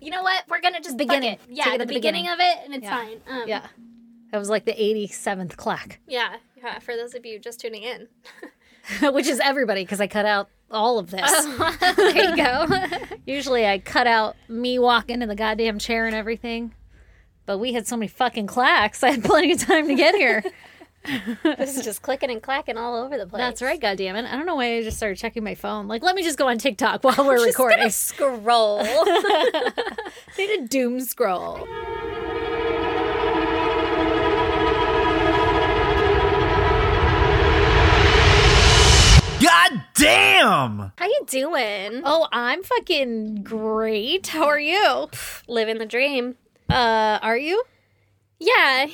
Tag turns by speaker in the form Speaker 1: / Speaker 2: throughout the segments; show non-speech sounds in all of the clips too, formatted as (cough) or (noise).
Speaker 1: you know what? We're gonna just
Speaker 2: Beginning.
Speaker 1: Fuck it.
Speaker 2: Take
Speaker 1: Yeah,
Speaker 2: it at
Speaker 1: the,
Speaker 2: the
Speaker 1: beginning.
Speaker 2: beginning.
Speaker 1: of it, and it's
Speaker 2: Yeah.
Speaker 1: fine. Um,
Speaker 2: Yeah. That was like the 87th clack, (laughs)
Speaker 1: yeah, yeah. For those of you just tuning in,
Speaker 2: which is everybody because I cut out all of (laughs) this.
Speaker 1: there you go.
Speaker 2: (laughs) Usually I cut out me walking in the goddamn chair and everything. But we had so many fucking clacks. (laughs) I had plenty of time to get here.
Speaker 1: (laughs) this is just clicking and clacking all over the place.
Speaker 2: (laughs) That's right, goddammit. I don't know why I just started checking my phone. Like, let me just go on TikTok (laughs) while we're
Speaker 1: Just gonna
Speaker 2: recording.
Speaker 1: scroll. (laughs)
Speaker 2: Did a doom scroll.
Speaker 3: God damn!
Speaker 1: How you doing?
Speaker 2: Oh, I'm fucking great. How are you?
Speaker 1: Living the dream.
Speaker 2: Uh, are (laughs) you?
Speaker 1: Yeah,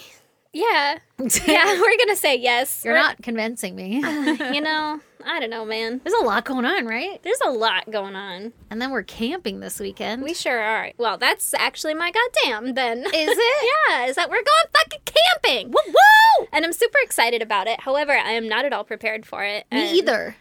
Speaker 1: yeah, yeah. (laughs) We're gonna say yes.
Speaker 2: (laughs) You're
Speaker 1: We're-
Speaker 2: not convincing me. There's
Speaker 1: You know, I don't know, man.
Speaker 2: a lot going on, right?
Speaker 1: There's a lot going on.
Speaker 2: And then we're camping this weekend.
Speaker 1: We sure are. Well, that's actually my goddamn then.
Speaker 2: Is (laughs) it?
Speaker 1: yeah, (laughs) is that we're going fucking camping. Woo woo! And I'm super excited about it. However, I am not at all prepared for it.
Speaker 2: Me
Speaker 1: and
Speaker 2: either.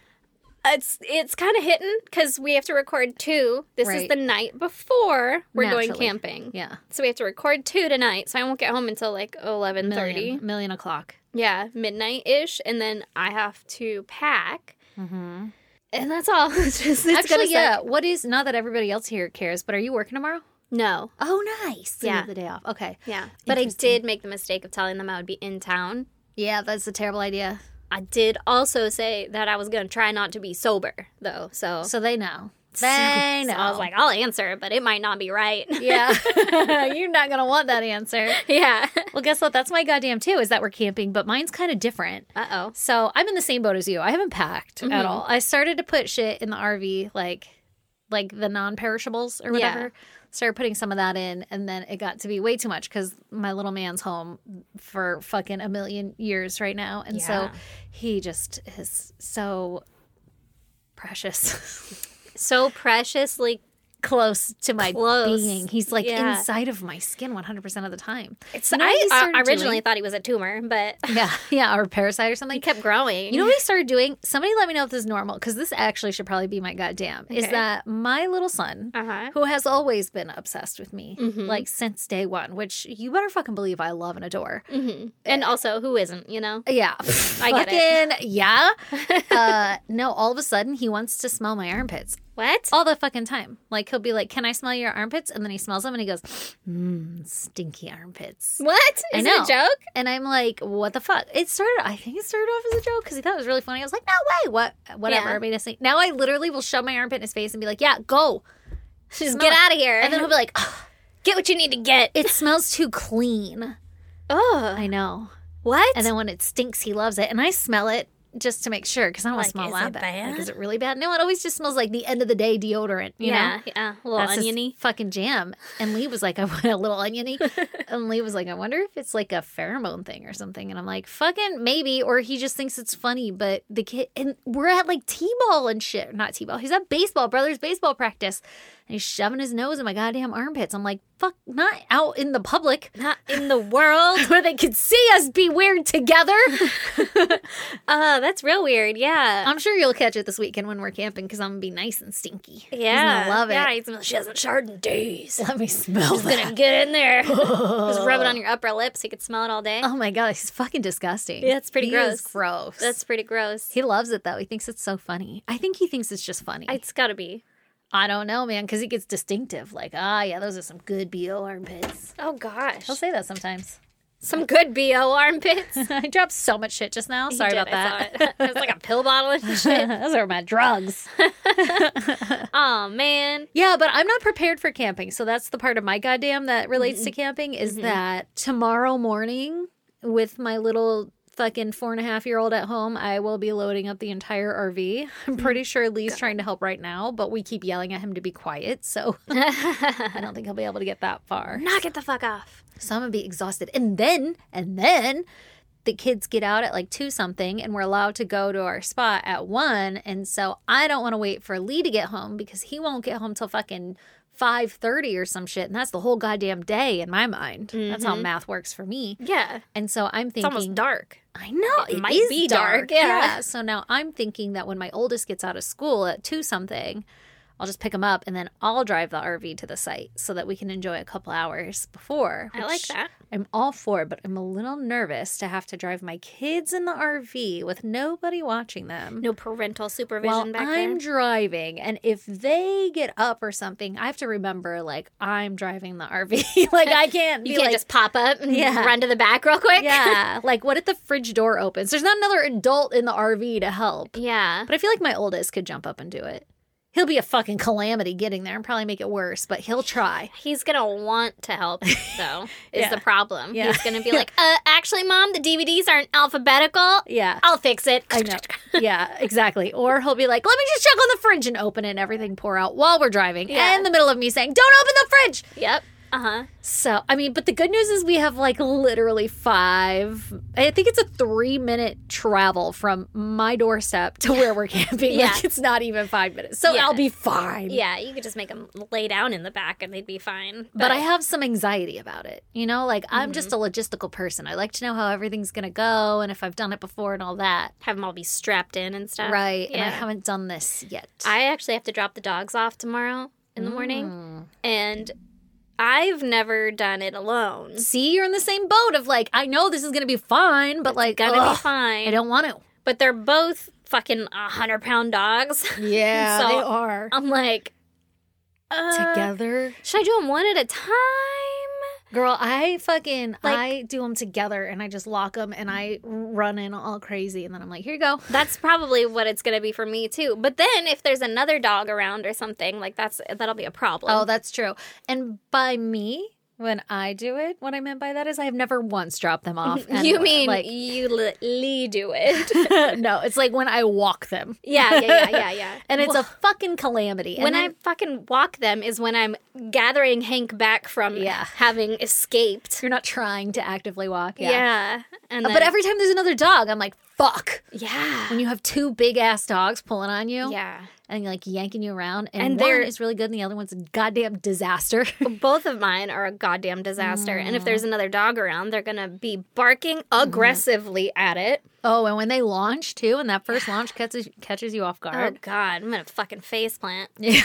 Speaker 1: It's it's kind of hitting because we have to record two. This is
Speaker 2: Right.
Speaker 1: the night before we're going
Speaker 2: Naturally.
Speaker 1: camping.
Speaker 2: Yeah.
Speaker 1: So we have to record two tonight. So I won't get home until like eleven thirty.
Speaker 2: Million, million o'clock.
Speaker 1: Yeah, midnight ish, and then I have to pack.
Speaker 2: Mm-hmm.
Speaker 1: And that's all. (laughs) it's just, it's gonna
Speaker 2: Actually, yeah.
Speaker 1: suck.
Speaker 2: What is not that everybody else here cares, but are you working tomorrow?
Speaker 1: No.
Speaker 2: Oh, nice. So you
Speaker 1: Yeah.
Speaker 2: have the day off. Okay.
Speaker 1: Yeah. But I did make the mistake of telling them I would be in town.
Speaker 2: Yeah, that's a terrible idea.
Speaker 1: I did also say that I was going to try not to be sober, though. So,
Speaker 2: So they know. They
Speaker 1: (laughs) So
Speaker 2: know.
Speaker 1: I was like, I'll answer, but it might not be right.
Speaker 2: (laughs) yeah, you're not gonna want that answer.
Speaker 1: (laughs) yeah.
Speaker 2: Well, guess what? That's my goddamn too. Is that we're camping, but mine's kind of different.
Speaker 1: Uh oh.
Speaker 2: So I'm in the same boat as you. I haven't packed
Speaker 1: Mm-hmm.
Speaker 2: at all. I started to put shit in the RV, like like the non-perishables or
Speaker 1: Yeah.
Speaker 2: whatever. Started putting some of that in, and then it got to be way too much because my little man's home for fucking a million years right now, and so
Speaker 1: Yeah.
Speaker 2: he just is so precious, (laughs)
Speaker 1: So preciously,
Speaker 2: close to my
Speaker 1: Close.
Speaker 2: being. He's like
Speaker 1: Yeah.
Speaker 2: inside of my skin 100 percent of the time.
Speaker 1: it's,
Speaker 2: You know what
Speaker 1: I,
Speaker 2: he
Speaker 1: I
Speaker 2: started
Speaker 1: originally
Speaker 2: doing?
Speaker 1: thought he was a tumor,
Speaker 2: (laughs)
Speaker 1: but
Speaker 2: yeah, yeah, or a parasite or something.
Speaker 1: he kept growing.
Speaker 2: You know what I started doing? Somebody let me know if this is normal because this actually should probably be my goddamn. Is
Speaker 1: Okay.
Speaker 2: that my little son,
Speaker 1: Uh-huh. Mm-hmm.
Speaker 2: who has always been obsessed with me, like since day one, which you better fucking believe I love and adore. uh,
Speaker 1: and also, who isn't, you know?
Speaker 2: Yeah,
Speaker 1: Mm-hmm. (laughs) I get (laughs)
Speaker 2: Fucking- Yeah. uh, no, all of a sudden he wants to smell my armpits
Speaker 1: What?
Speaker 2: all the fucking time. Like he'll be like, "Can I smell your armpits?" And then he smells them and he goes, "Mmm, stinky armpits."
Speaker 1: Oh, What? Is
Speaker 2: I
Speaker 1: it a
Speaker 2: know.
Speaker 1: joke?
Speaker 2: And I'm like, what the fuck? It started. I think it started off as a joke because he thought it was really funny. I was like, no way. What? Whatever.
Speaker 1: Yeah.
Speaker 2: Made us think- Now I literally will shove my armpit in his face and be like, yeah, go.
Speaker 1: Just
Speaker 2: Smell
Speaker 1: get
Speaker 2: it.
Speaker 1: out of here.
Speaker 2: And then he'll be like, "Ugh,
Speaker 1: get what you need to get.
Speaker 2: it smells too clean.
Speaker 1: Oh.
Speaker 2: I know.
Speaker 1: What?
Speaker 2: And then when it stinks, he loves it, and I smell it just to make sure because I don't want
Speaker 1: Like,
Speaker 2: to smell
Speaker 1: is
Speaker 2: that
Speaker 1: it
Speaker 2: bad.
Speaker 1: bad?
Speaker 2: Like, is it really bad? No, it always just smells like the end of the day deodorant. You
Speaker 1: yeah,
Speaker 2: know.
Speaker 1: yeah. A little
Speaker 2: That's his
Speaker 1: oniony.
Speaker 2: fucking jam. And Lee was like, I want a little
Speaker 1: (laughs)
Speaker 2: oniony. and Lee was like, I wonder if it's like a pheromone thing or something. And I'm like, fucking maybe. Or he just thinks it's funny. But the kid, and we're at like T ball and shit. Not T ball. He's at baseball, brothers baseball practice. And he's shoving his nose in my goddamn armpits. I'm like, fuck, not out in the public (laughs)
Speaker 1: Not in the world.
Speaker 2: where they could see us be weird together.
Speaker 1: (laughs) Uh, that's real weird. Yeah.
Speaker 2: I'm sure you'll catch it this weekend when we're camping because I'm going to be nice and stinky.
Speaker 1: yeah.
Speaker 2: He's gonna love it.
Speaker 1: Yeah, he's gonna, she hasn't showered in days.
Speaker 2: Let me smell
Speaker 1: He's gonna get in
Speaker 2: (laughs)
Speaker 1: there. Just rub it on your upper lip so you can smell it all day.
Speaker 2: Oh my god, he's fucking disgusting.
Speaker 1: Yeah, it's pretty
Speaker 2: He is
Speaker 1: gross.
Speaker 2: gross.
Speaker 1: That's pretty gross.
Speaker 2: he loves it though. He thinks it's so funny. I think he thinks it's just funny. I,
Speaker 1: It's gotta be.
Speaker 2: don't know, man, because he gets distinctive. Like, ah, yeah, those are some good bo armpits.
Speaker 1: Oh gosh.
Speaker 2: He'll say that sometimes. (laughs)
Speaker 1: Some good BO armpits.
Speaker 2: I dropped so much shit just now. Sorry
Speaker 1: He did,
Speaker 2: about that.
Speaker 1: I saw it. (laughs) It was like a pill bottle and (laughs) shit.
Speaker 2: (laughs) those are my drugs.
Speaker 1: oh man.
Speaker 2: Yeah, but I'm not prepared for camping. So that's the part of my goddamn that relates to camping is that tomorrow morning with my little fucking four and a half year old at home, I will be loading up the entire RV. I'm pretty sure Lee's trying to help right now, but we keep yelling at him to be quiet. So I don't think he'll be able to get that far.
Speaker 1: Knock it the fuck off.
Speaker 2: So I'm going to be exhausted. And then, and then. The kids get out at like two something, and we're allowed to go to our spot at one. And so I don't want to wait for Lee to get home because he won't get home till fucking five thirty or some shit, and that's the whole goddamn day in my mind. That's how math works for me.
Speaker 1: Yeah.
Speaker 2: And so I'm
Speaker 1: Mm-hmm. It's almost
Speaker 2: thinking,
Speaker 1: dark.
Speaker 2: I know
Speaker 1: It
Speaker 2: it
Speaker 1: might
Speaker 2: is
Speaker 1: be dark, yeah.
Speaker 2: (laughs) So now I'm thinking that when my oldest gets out of school at two something, I'll just pick them up and then I'll drive the RV to the site so that we can enjoy a couple hours before.
Speaker 1: I like
Speaker 2: which
Speaker 1: that.
Speaker 2: I'm all for, but I'm a little nervous to have to drive my kids in the RV with nobody watching them.
Speaker 1: No parental supervision
Speaker 2: While
Speaker 1: back
Speaker 2: I'm
Speaker 1: then.
Speaker 2: driving, and if they get up or something, I have to remember like I'm driving the RV. (laughs) like I can't.
Speaker 1: You
Speaker 2: be
Speaker 1: can't
Speaker 2: like,
Speaker 1: just pop up and
Speaker 2: Yeah.
Speaker 1: run to the back real quick. (laughs)
Speaker 2: yeah. Like, what if the fridge door opens? There's not another adult in the RV to help.
Speaker 1: yeah.
Speaker 2: But I feel like my oldest could jump up and do it. He'll be a fucking calamity getting there and probably make it worse, but he'll try.
Speaker 1: (laughs) He's gonna want to (laughs) help, though. Is
Speaker 2: Yeah.
Speaker 1: the problem?
Speaker 2: Yeah.
Speaker 1: He's (laughs) gonna be like, uh, actually, mom, the DVDs aren't alphabetical.
Speaker 2: Yeah.
Speaker 1: I'll fix it.
Speaker 2: I know. Yeah, exactly. Or he'll be like, let me just check on the fridge and open it and everything pour out while we're driving.
Speaker 1: Yeah.
Speaker 2: And in the middle of me saying, don't open the fridge.
Speaker 1: (laughs) Yep. Uh huh.
Speaker 2: So, I mean, but the good news is we have like literally five, I think it's a three minute travel from my doorstep to where
Speaker 1: (laughs)
Speaker 2: we're camping.
Speaker 1: Yeah.
Speaker 2: Like, it's not even five minutes. So
Speaker 1: Yeah.
Speaker 2: I'll be fine.
Speaker 1: Yeah, you could just make them lay down in the back and they'd be fine.
Speaker 2: But I have some anxiety about it. You know, like
Speaker 1: Mm-hmm.
Speaker 2: I'm just a logistical person. I like to know how everything's going to go and if I've done it before and all that.
Speaker 1: have them all be strapped in and stuff.
Speaker 2: right. And I
Speaker 1: Yeah.
Speaker 2: haven't done this yet.
Speaker 1: I actually have to drop the dogs off tomorrow in the morning,
Speaker 2: Mm.
Speaker 1: and I've never done it alone.
Speaker 2: See, you're in the same boat of like, I know this is going to be fine, but like,
Speaker 1: Gonna
Speaker 2: ugh,
Speaker 1: be fine.
Speaker 2: I don't want to.
Speaker 1: But they're both fucking a hundred pound dogs. (laughs)
Speaker 2: (laughs) Yeah,
Speaker 1: So-
Speaker 2: they are.
Speaker 1: I'm like, uh,
Speaker 2: together.
Speaker 1: Should I do them one at a time?
Speaker 2: Girl, I fucking
Speaker 1: Like-
Speaker 2: I do them together and I just lock them and I run in all crazy and then I'm like, here you go.
Speaker 1: That's probably what it's gonna be for me too. But then if there's another dog around or something, like that's that'll be a problem.
Speaker 2: Oh, that's true. And by me, when I do it, what I meant by that is I have never once dropped them (laughs) off.
Speaker 1: (laughs) you
Speaker 2: anywhere.
Speaker 1: mean
Speaker 2: Oh, like
Speaker 1: you li- li- do
Speaker 2: (laughs)
Speaker 1: it?
Speaker 2: no? It's like when I walk them,
Speaker 1: yeah, yeah, yeah, yeah, yeah.
Speaker 2: and it's a fucking calamity. And
Speaker 1: when
Speaker 2: then-
Speaker 1: I fucking walk them is when I'm gathering Hank back from
Speaker 2: Yeah.
Speaker 1: having escaped.
Speaker 2: you're not trying to actively walk,
Speaker 1: Yeah,
Speaker 2: yeah. Uh,
Speaker 1: and
Speaker 2: But
Speaker 1: then-
Speaker 2: every time there's another dog, I'm like, fuck.
Speaker 1: yeah,
Speaker 2: When you have two big ass dogs pulling on you
Speaker 1: yeah.
Speaker 2: and like yanking you around, and,
Speaker 1: And
Speaker 2: one
Speaker 1: they're-
Speaker 2: is really good and the other one's a goddamn disaster. (laughs)
Speaker 1: Both of mine are a goddamn disaster. And if
Speaker 2: Mm.
Speaker 1: there's another dog around, they're gonna be barking aggressively at it.
Speaker 2: Oh, and when they launch too, and that first launch catches catches you off
Speaker 1: Oh
Speaker 2: guard.
Speaker 1: God, I'm gonna fucking face plant.
Speaker 2: (laughs) Yeah.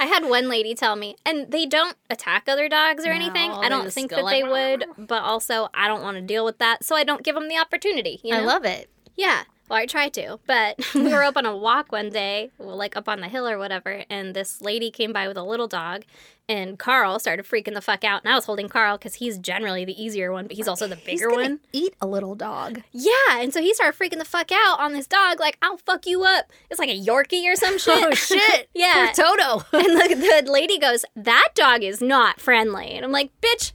Speaker 1: I had one lady tell me, and they don't attack other dogs or anything.
Speaker 2: No,
Speaker 1: I
Speaker 2: they
Speaker 1: don't
Speaker 2: just
Speaker 1: think
Speaker 2: go
Speaker 1: that
Speaker 2: like,
Speaker 1: they would, but also I don't want to deal with that, so I don't give them the opportunity. You know?
Speaker 2: I love it.
Speaker 1: Yeah. Well, I try to, but (laughs) we were up on a walk one day, well, like up on the hill or whatever, and this lady came by with a little dog, and Carl started freaking the fuck out. And I was holding Carl because he's generally the easier one, but he's also the
Speaker 2: He's
Speaker 1: bigger
Speaker 2: gonna
Speaker 1: one.
Speaker 2: Eat a little dog.
Speaker 1: Yeah. And so he started freaking the fuck out on this dog, like, I'll fuck you up. It's like a Yorkie or
Speaker 2: (laughs)
Speaker 1: some shit.
Speaker 2: (laughs) Oh shit!
Speaker 1: (laughs) yeah.
Speaker 2: Poor Toto.
Speaker 1: and the, the lady goes, That dog is not friendly. And I'm like,
Speaker 2: (laughs)
Speaker 1: Bitch,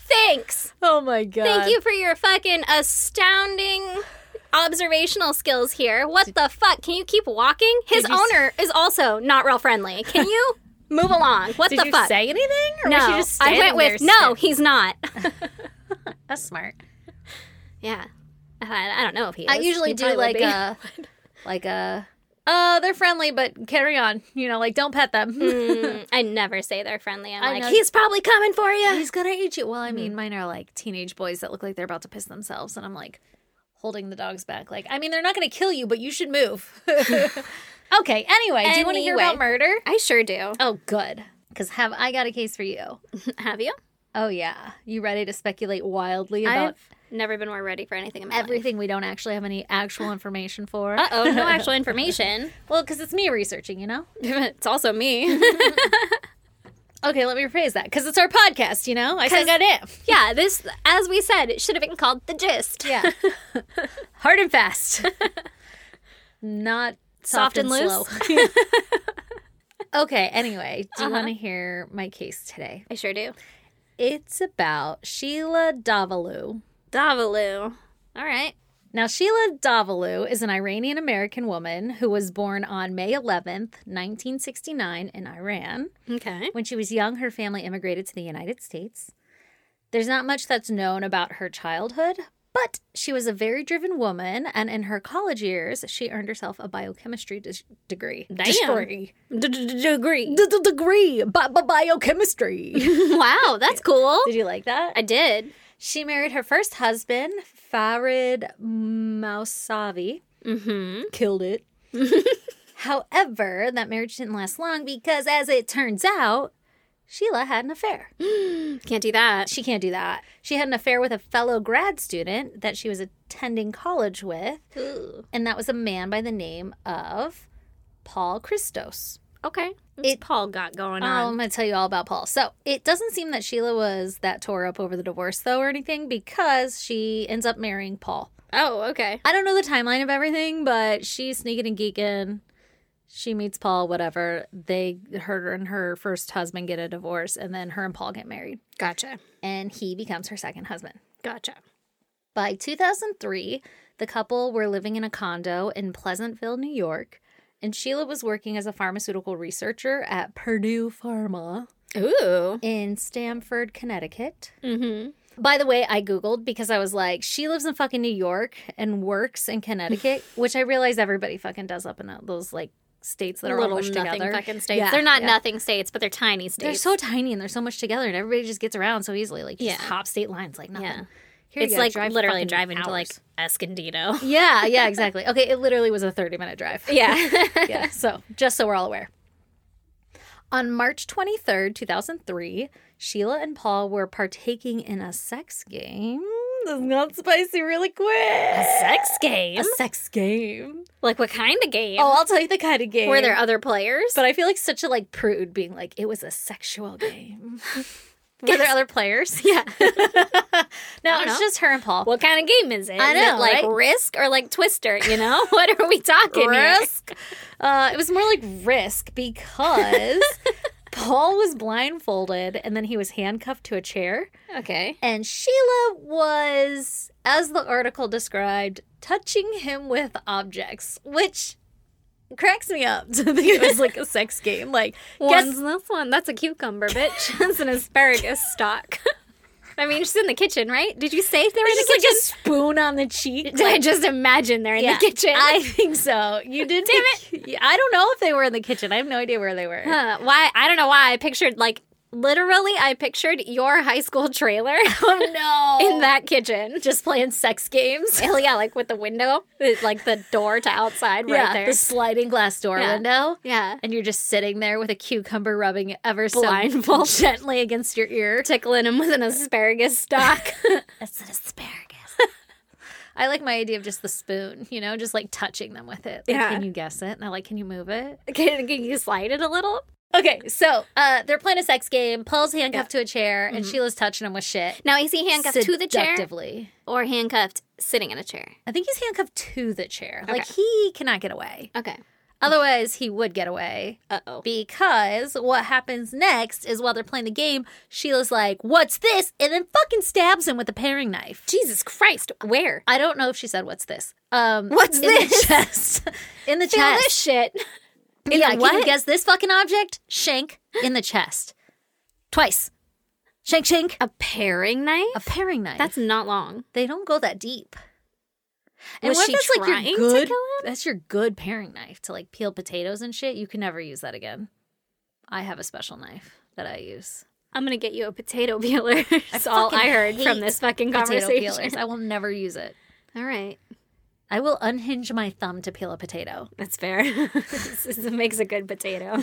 Speaker 1: thanks.
Speaker 2: (laughs) Oh my god.
Speaker 1: Thank you for your fucking astounding observational skills here. What the fuck? Can you keep walking? His
Speaker 2: Did you s-
Speaker 1: owner is also not real friendly. Can
Speaker 2: (laughs)
Speaker 1: you move along? What
Speaker 2: Did
Speaker 1: the
Speaker 2: you
Speaker 1: fuck?
Speaker 2: say anything? Or
Speaker 1: no,
Speaker 2: was she just
Speaker 1: I went
Speaker 2: standing
Speaker 1: with
Speaker 2: there
Speaker 1: no.
Speaker 2: staring?
Speaker 1: He's
Speaker 2: (laughs)
Speaker 1: not.
Speaker 2: That's smart.
Speaker 1: yeah, I, thought- I don't know if he. Is.
Speaker 2: I usually
Speaker 1: He
Speaker 2: do
Speaker 1: probably would
Speaker 2: like
Speaker 1: be.
Speaker 2: a like a. Uh, they're friendly, but carry on. You know, like don't pet (laughs) them.
Speaker 1: Mm, (laughs) I never say they're friendly. I'm
Speaker 2: uh, I
Speaker 1: like,
Speaker 2: know.
Speaker 1: he's probably coming for you.
Speaker 2: He's gonna eat you. Well, I mean, mine are like teenage boys that look like they're about to piss themselves, and I'm like holding the dogs back. Like, I mean, they're not gonna kill you, but you should move. (laughs) okay. Anyway, do you want to hear about
Speaker 1: Anyway.
Speaker 2: murder?
Speaker 1: I sure do.
Speaker 2: Oh, good. Because have I got a case for you?
Speaker 1: Have you?
Speaker 2: Oh yeah. You ready to speculate wildly about
Speaker 1: I've never been more ready for anything in my
Speaker 2: everything we don't actually have any actual information for?
Speaker 1: Uh oh,
Speaker 2: (laughs)
Speaker 1: no actual information. (laughs)
Speaker 2: Well, because it's me researching, you know.
Speaker 1: it's also me. (laughs)
Speaker 2: Okay, let me rephrase that. Because it's our podcast, you know. I still
Speaker 1: 'Cause-
Speaker 2: got it.
Speaker 1: yeah, this, as we said, it should have been called the gist.
Speaker 2: Yeah. (laughs) Hard and (laughs) fast. Not soft,
Speaker 1: Soft and loose?
Speaker 2: slow. okay, anyway, do
Speaker 1: Uh-huh.
Speaker 2: you want to hear my case today?
Speaker 1: (laughs) I sure do.
Speaker 2: It's about Sheila Davalu.
Speaker 1: Davalu. All right.
Speaker 2: Now, Sheila Davalu is an Iranian American woman who was born on May 11th, 1969, in Iran.
Speaker 1: Okay.
Speaker 2: When she was young, her family immigrated to the United States. There's not much that's known about her childhood, but she was a very driven woman, and in her college years, she earned herself a biochemistry dis- degree.
Speaker 1: Damn.
Speaker 2: Degree.
Speaker 1: Degree.
Speaker 2: D- d- degree. Bi- bi- biochemistry. (laughs)
Speaker 1: (laughs)
Speaker 2: Did
Speaker 1: Wow, (laughs) that's cool.
Speaker 2: (laughs) you like that?
Speaker 1: I did.
Speaker 2: She married her first husband, Farid Mousavi. Mm-hmm.
Speaker 1: Mm hmm.
Speaker 2: (laughs) Killed it. However, that marriage didn't last long because, as it turns out, Sheila had an affair.
Speaker 1: Can't do that.
Speaker 2: She can't do that. She had an affair with a fellow grad student that she was attending college with, and that was a man by the name of Paul Christos.
Speaker 1: Okay. What's
Speaker 2: It-
Speaker 1: Paul got going
Speaker 2: Oh, I'm
Speaker 1: on?
Speaker 2: going to tell you all about Paul. So it doesn't seem that Sheila was that tore up over the divorce, though, or anything, because she ends up marrying Paul.
Speaker 1: oh, okay.
Speaker 2: I don't know the timeline of everything, but she's sneaking and geeking. She meets Paul, whatever. They, her and her first husband get a divorce, and then her and Paul get married,
Speaker 1: Gotcha.
Speaker 2: and he becomes her second husband.
Speaker 1: Gotcha.
Speaker 2: By 2003, the couple were living in a condo in Pleasantville, New York, and Sheila was working as a pharmaceutical researcher at Purdue Pharma
Speaker 1: Ooh.
Speaker 2: in Stamford, Connecticut.
Speaker 1: Mm-hmm.
Speaker 2: By the way, I Googled because I was like, she lives in fucking New York and works in (laughs) Connecticut, which I realize everybody fucking does up in uh, those like states that are all
Speaker 1: little
Speaker 2: mushed
Speaker 1: nothing
Speaker 2: together.
Speaker 1: fucking states.
Speaker 2: Yeah,
Speaker 1: they're not
Speaker 2: yeah.
Speaker 1: nothing states, but they're tiny
Speaker 2: They're
Speaker 1: states.
Speaker 2: so tiny and they're so much together, and everybody just gets around so easily. Like, you just
Speaker 1: Yeah.
Speaker 2: hop state lines like nothing.
Speaker 1: Yeah.
Speaker 2: Here you
Speaker 1: it's
Speaker 2: gotta
Speaker 1: like
Speaker 2: drive
Speaker 1: literally
Speaker 2: fucking
Speaker 1: driving to like
Speaker 2: hours.
Speaker 1: Escondido.
Speaker 2: Yeah, yeah, exactly. Okay, it literally was a 30 minute (laughs) drive.
Speaker 1: (laughs) Yeah.
Speaker 2: yeah, (laughs) so just so we're all aware. On March 23rd, 2003, Sheila and Paul were partaking in a sex game. This got spicy really
Speaker 1: A
Speaker 2: quick.
Speaker 1: (laughs) sex game?
Speaker 2: A sex game.
Speaker 1: Like what kind of game?
Speaker 2: Oh, I'll tell you the kind of game.
Speaker 1: Were there other players?
Speaker 2: but I feel like such a like prude being like it was a sexual game. (laughs) were there other players? (laughs)
Speaker 1: yeah.
Speaker 2: No,
Speaker 1: don't
Speaker 2: it's
Speaker 1: know.
Speaker 2: just her and Paul.
Speaker 1: what kind of game is it?
Speaker 2: I
Speaker 1: Is
Speaker 2: know,
Speaker 1: it like
Speaker 2: right?
Speaker 1: Risk or like Twister, you know? (laughs) what are we talking here?
Speaker 2: risk. Uh, it was more like risk (laughs) because Paul was blindfolded and then he was handcuffed to a chair,
Speaker 1: Okay.
Speaker 2: and Sheila was, as the article described, touching him with objects, which cracks me up (laughs) to think it was like a sex game. Like, guess
Speaker 1: One's this one. That's a cucumber, bitch. (laughs) That's an asparagus stalk. (laughs) I mean, she's in the kitchen, right? Did you say they were in the
Speaker 2: just like
Speaker 1: kitchen?
Speaker 2: a spoon on the (laughs) cheek.
Speaker 1: Did (laughs) I just imagine they're in the kitchen?
Speaker 2: I think so. (laughs) You did. Damn it! I don't know if they were in the kitchen. I have no idea where they
Speaker 1: (laughs)
Speaker 2: were. (laughs)
Speaker 1: Huh, why? I don't know why. I pictured like literally, I pictured your high school trailer (laughs)
Speaker 2: Oh
Speaker 1: in that kitchen.
Speaker 2: just playing sex games.
Speaker 1: Oh yeah, like with the window, like the door to outside right
Speaker 2: yeah,
Speaker 1: there.
Speaker 2: the sliding glass door
Speaker 1: Yeah.
Speaker 2: window.
Speaker 1: yeah,
Speaker 2: And you're just sitting there with a cucumber rubbing ever so
Speaker 1: Blindfolded.
Speaker 2: (laughs) gently against your ear.
Speaker 1: tickling him with an asparagus stalk.
Speaker 2: That's an asparagus. (laughs) I like my idea of just the spoon, you know, just like touching them with it. Like,
Speaker 1: Yeah.
Speaker 2: Can you guess it? And I like, can you move it?
Speaker 1: (laughs) can, can you slide it a little?
Speaker 2: (laughs) Okay, so uh, they're playing a sex game. Paul's handcuffed to a chair, and Sheila's touching him with shit.
Speaker 1: Now is he handcuffed to the chair
Speaker 2: Seductively.
Speaker 1: or handcuffed sitting in a chair?
Speaker 2: I think he's handcuffed to the chair. Like
Speaker 1: Okay.
Speaker 2: he cannot get away.
Speaker 1: Okay.
Speaker 2: Otherwise, he would get away.
Speaker 1: Uh oh.
Speaker 2: Because what happens next is while they're playing the game, Sheila's like, What's this? And then fucking stabs him with a paring knife.
Speaker 1: Jesus Christ! Where?
Speaker 2: I don't know if she said, What's this? Um,
Speaker 1: What's
Speaker 2: in
Speaker 1: this? (laughs)
Speaker 2: The chest. In the
Speaker 1: Feel
Speaker 2: chest.
Speaker 1: this shit. In
Speaker 2: yeah,
Speaker 1: the
Speaker 2: can you
Speaker 1: what?
Speaker 2: guess this fucking object? Shank in the chest. Twice. Shank, shank.
Speaker 1: A paring knife?
Speaker 2: A paring knife.
Speaker 1: That's not long.
Speaker 2: they don't go that deep.
Speaker 1: Was
Speaker 2: what if
Speaker 1: she
Speaker 2: that's
Speaker 1: trying to
Speaker 2: good,
Speaker 1: kill
Speaker 2: That's your good paring knife to like peel potatoes and shit. You can never use that again. I have a special knife that I use.
Speaker 1: I'm gonna get you a potato
Speaker 2: (laughs)
Speaker 1: peeler. That's all I
Speaker 2: fucking
Speaker 1: heard from
Speaker 2: hate
Speaker 1: this fucking
Speaker 2: Potato
Speaker 1: conversation. (laughs)
Speaker 2: peelers. I will never use it.
Speaker 1: All right,
Speaker 2: I will unhinge my thumb to peel a potato.
Speaker 1: that's fair. (laughs) this is- makes a good
Speaker 2: (laughs)
Speaker 1: potato.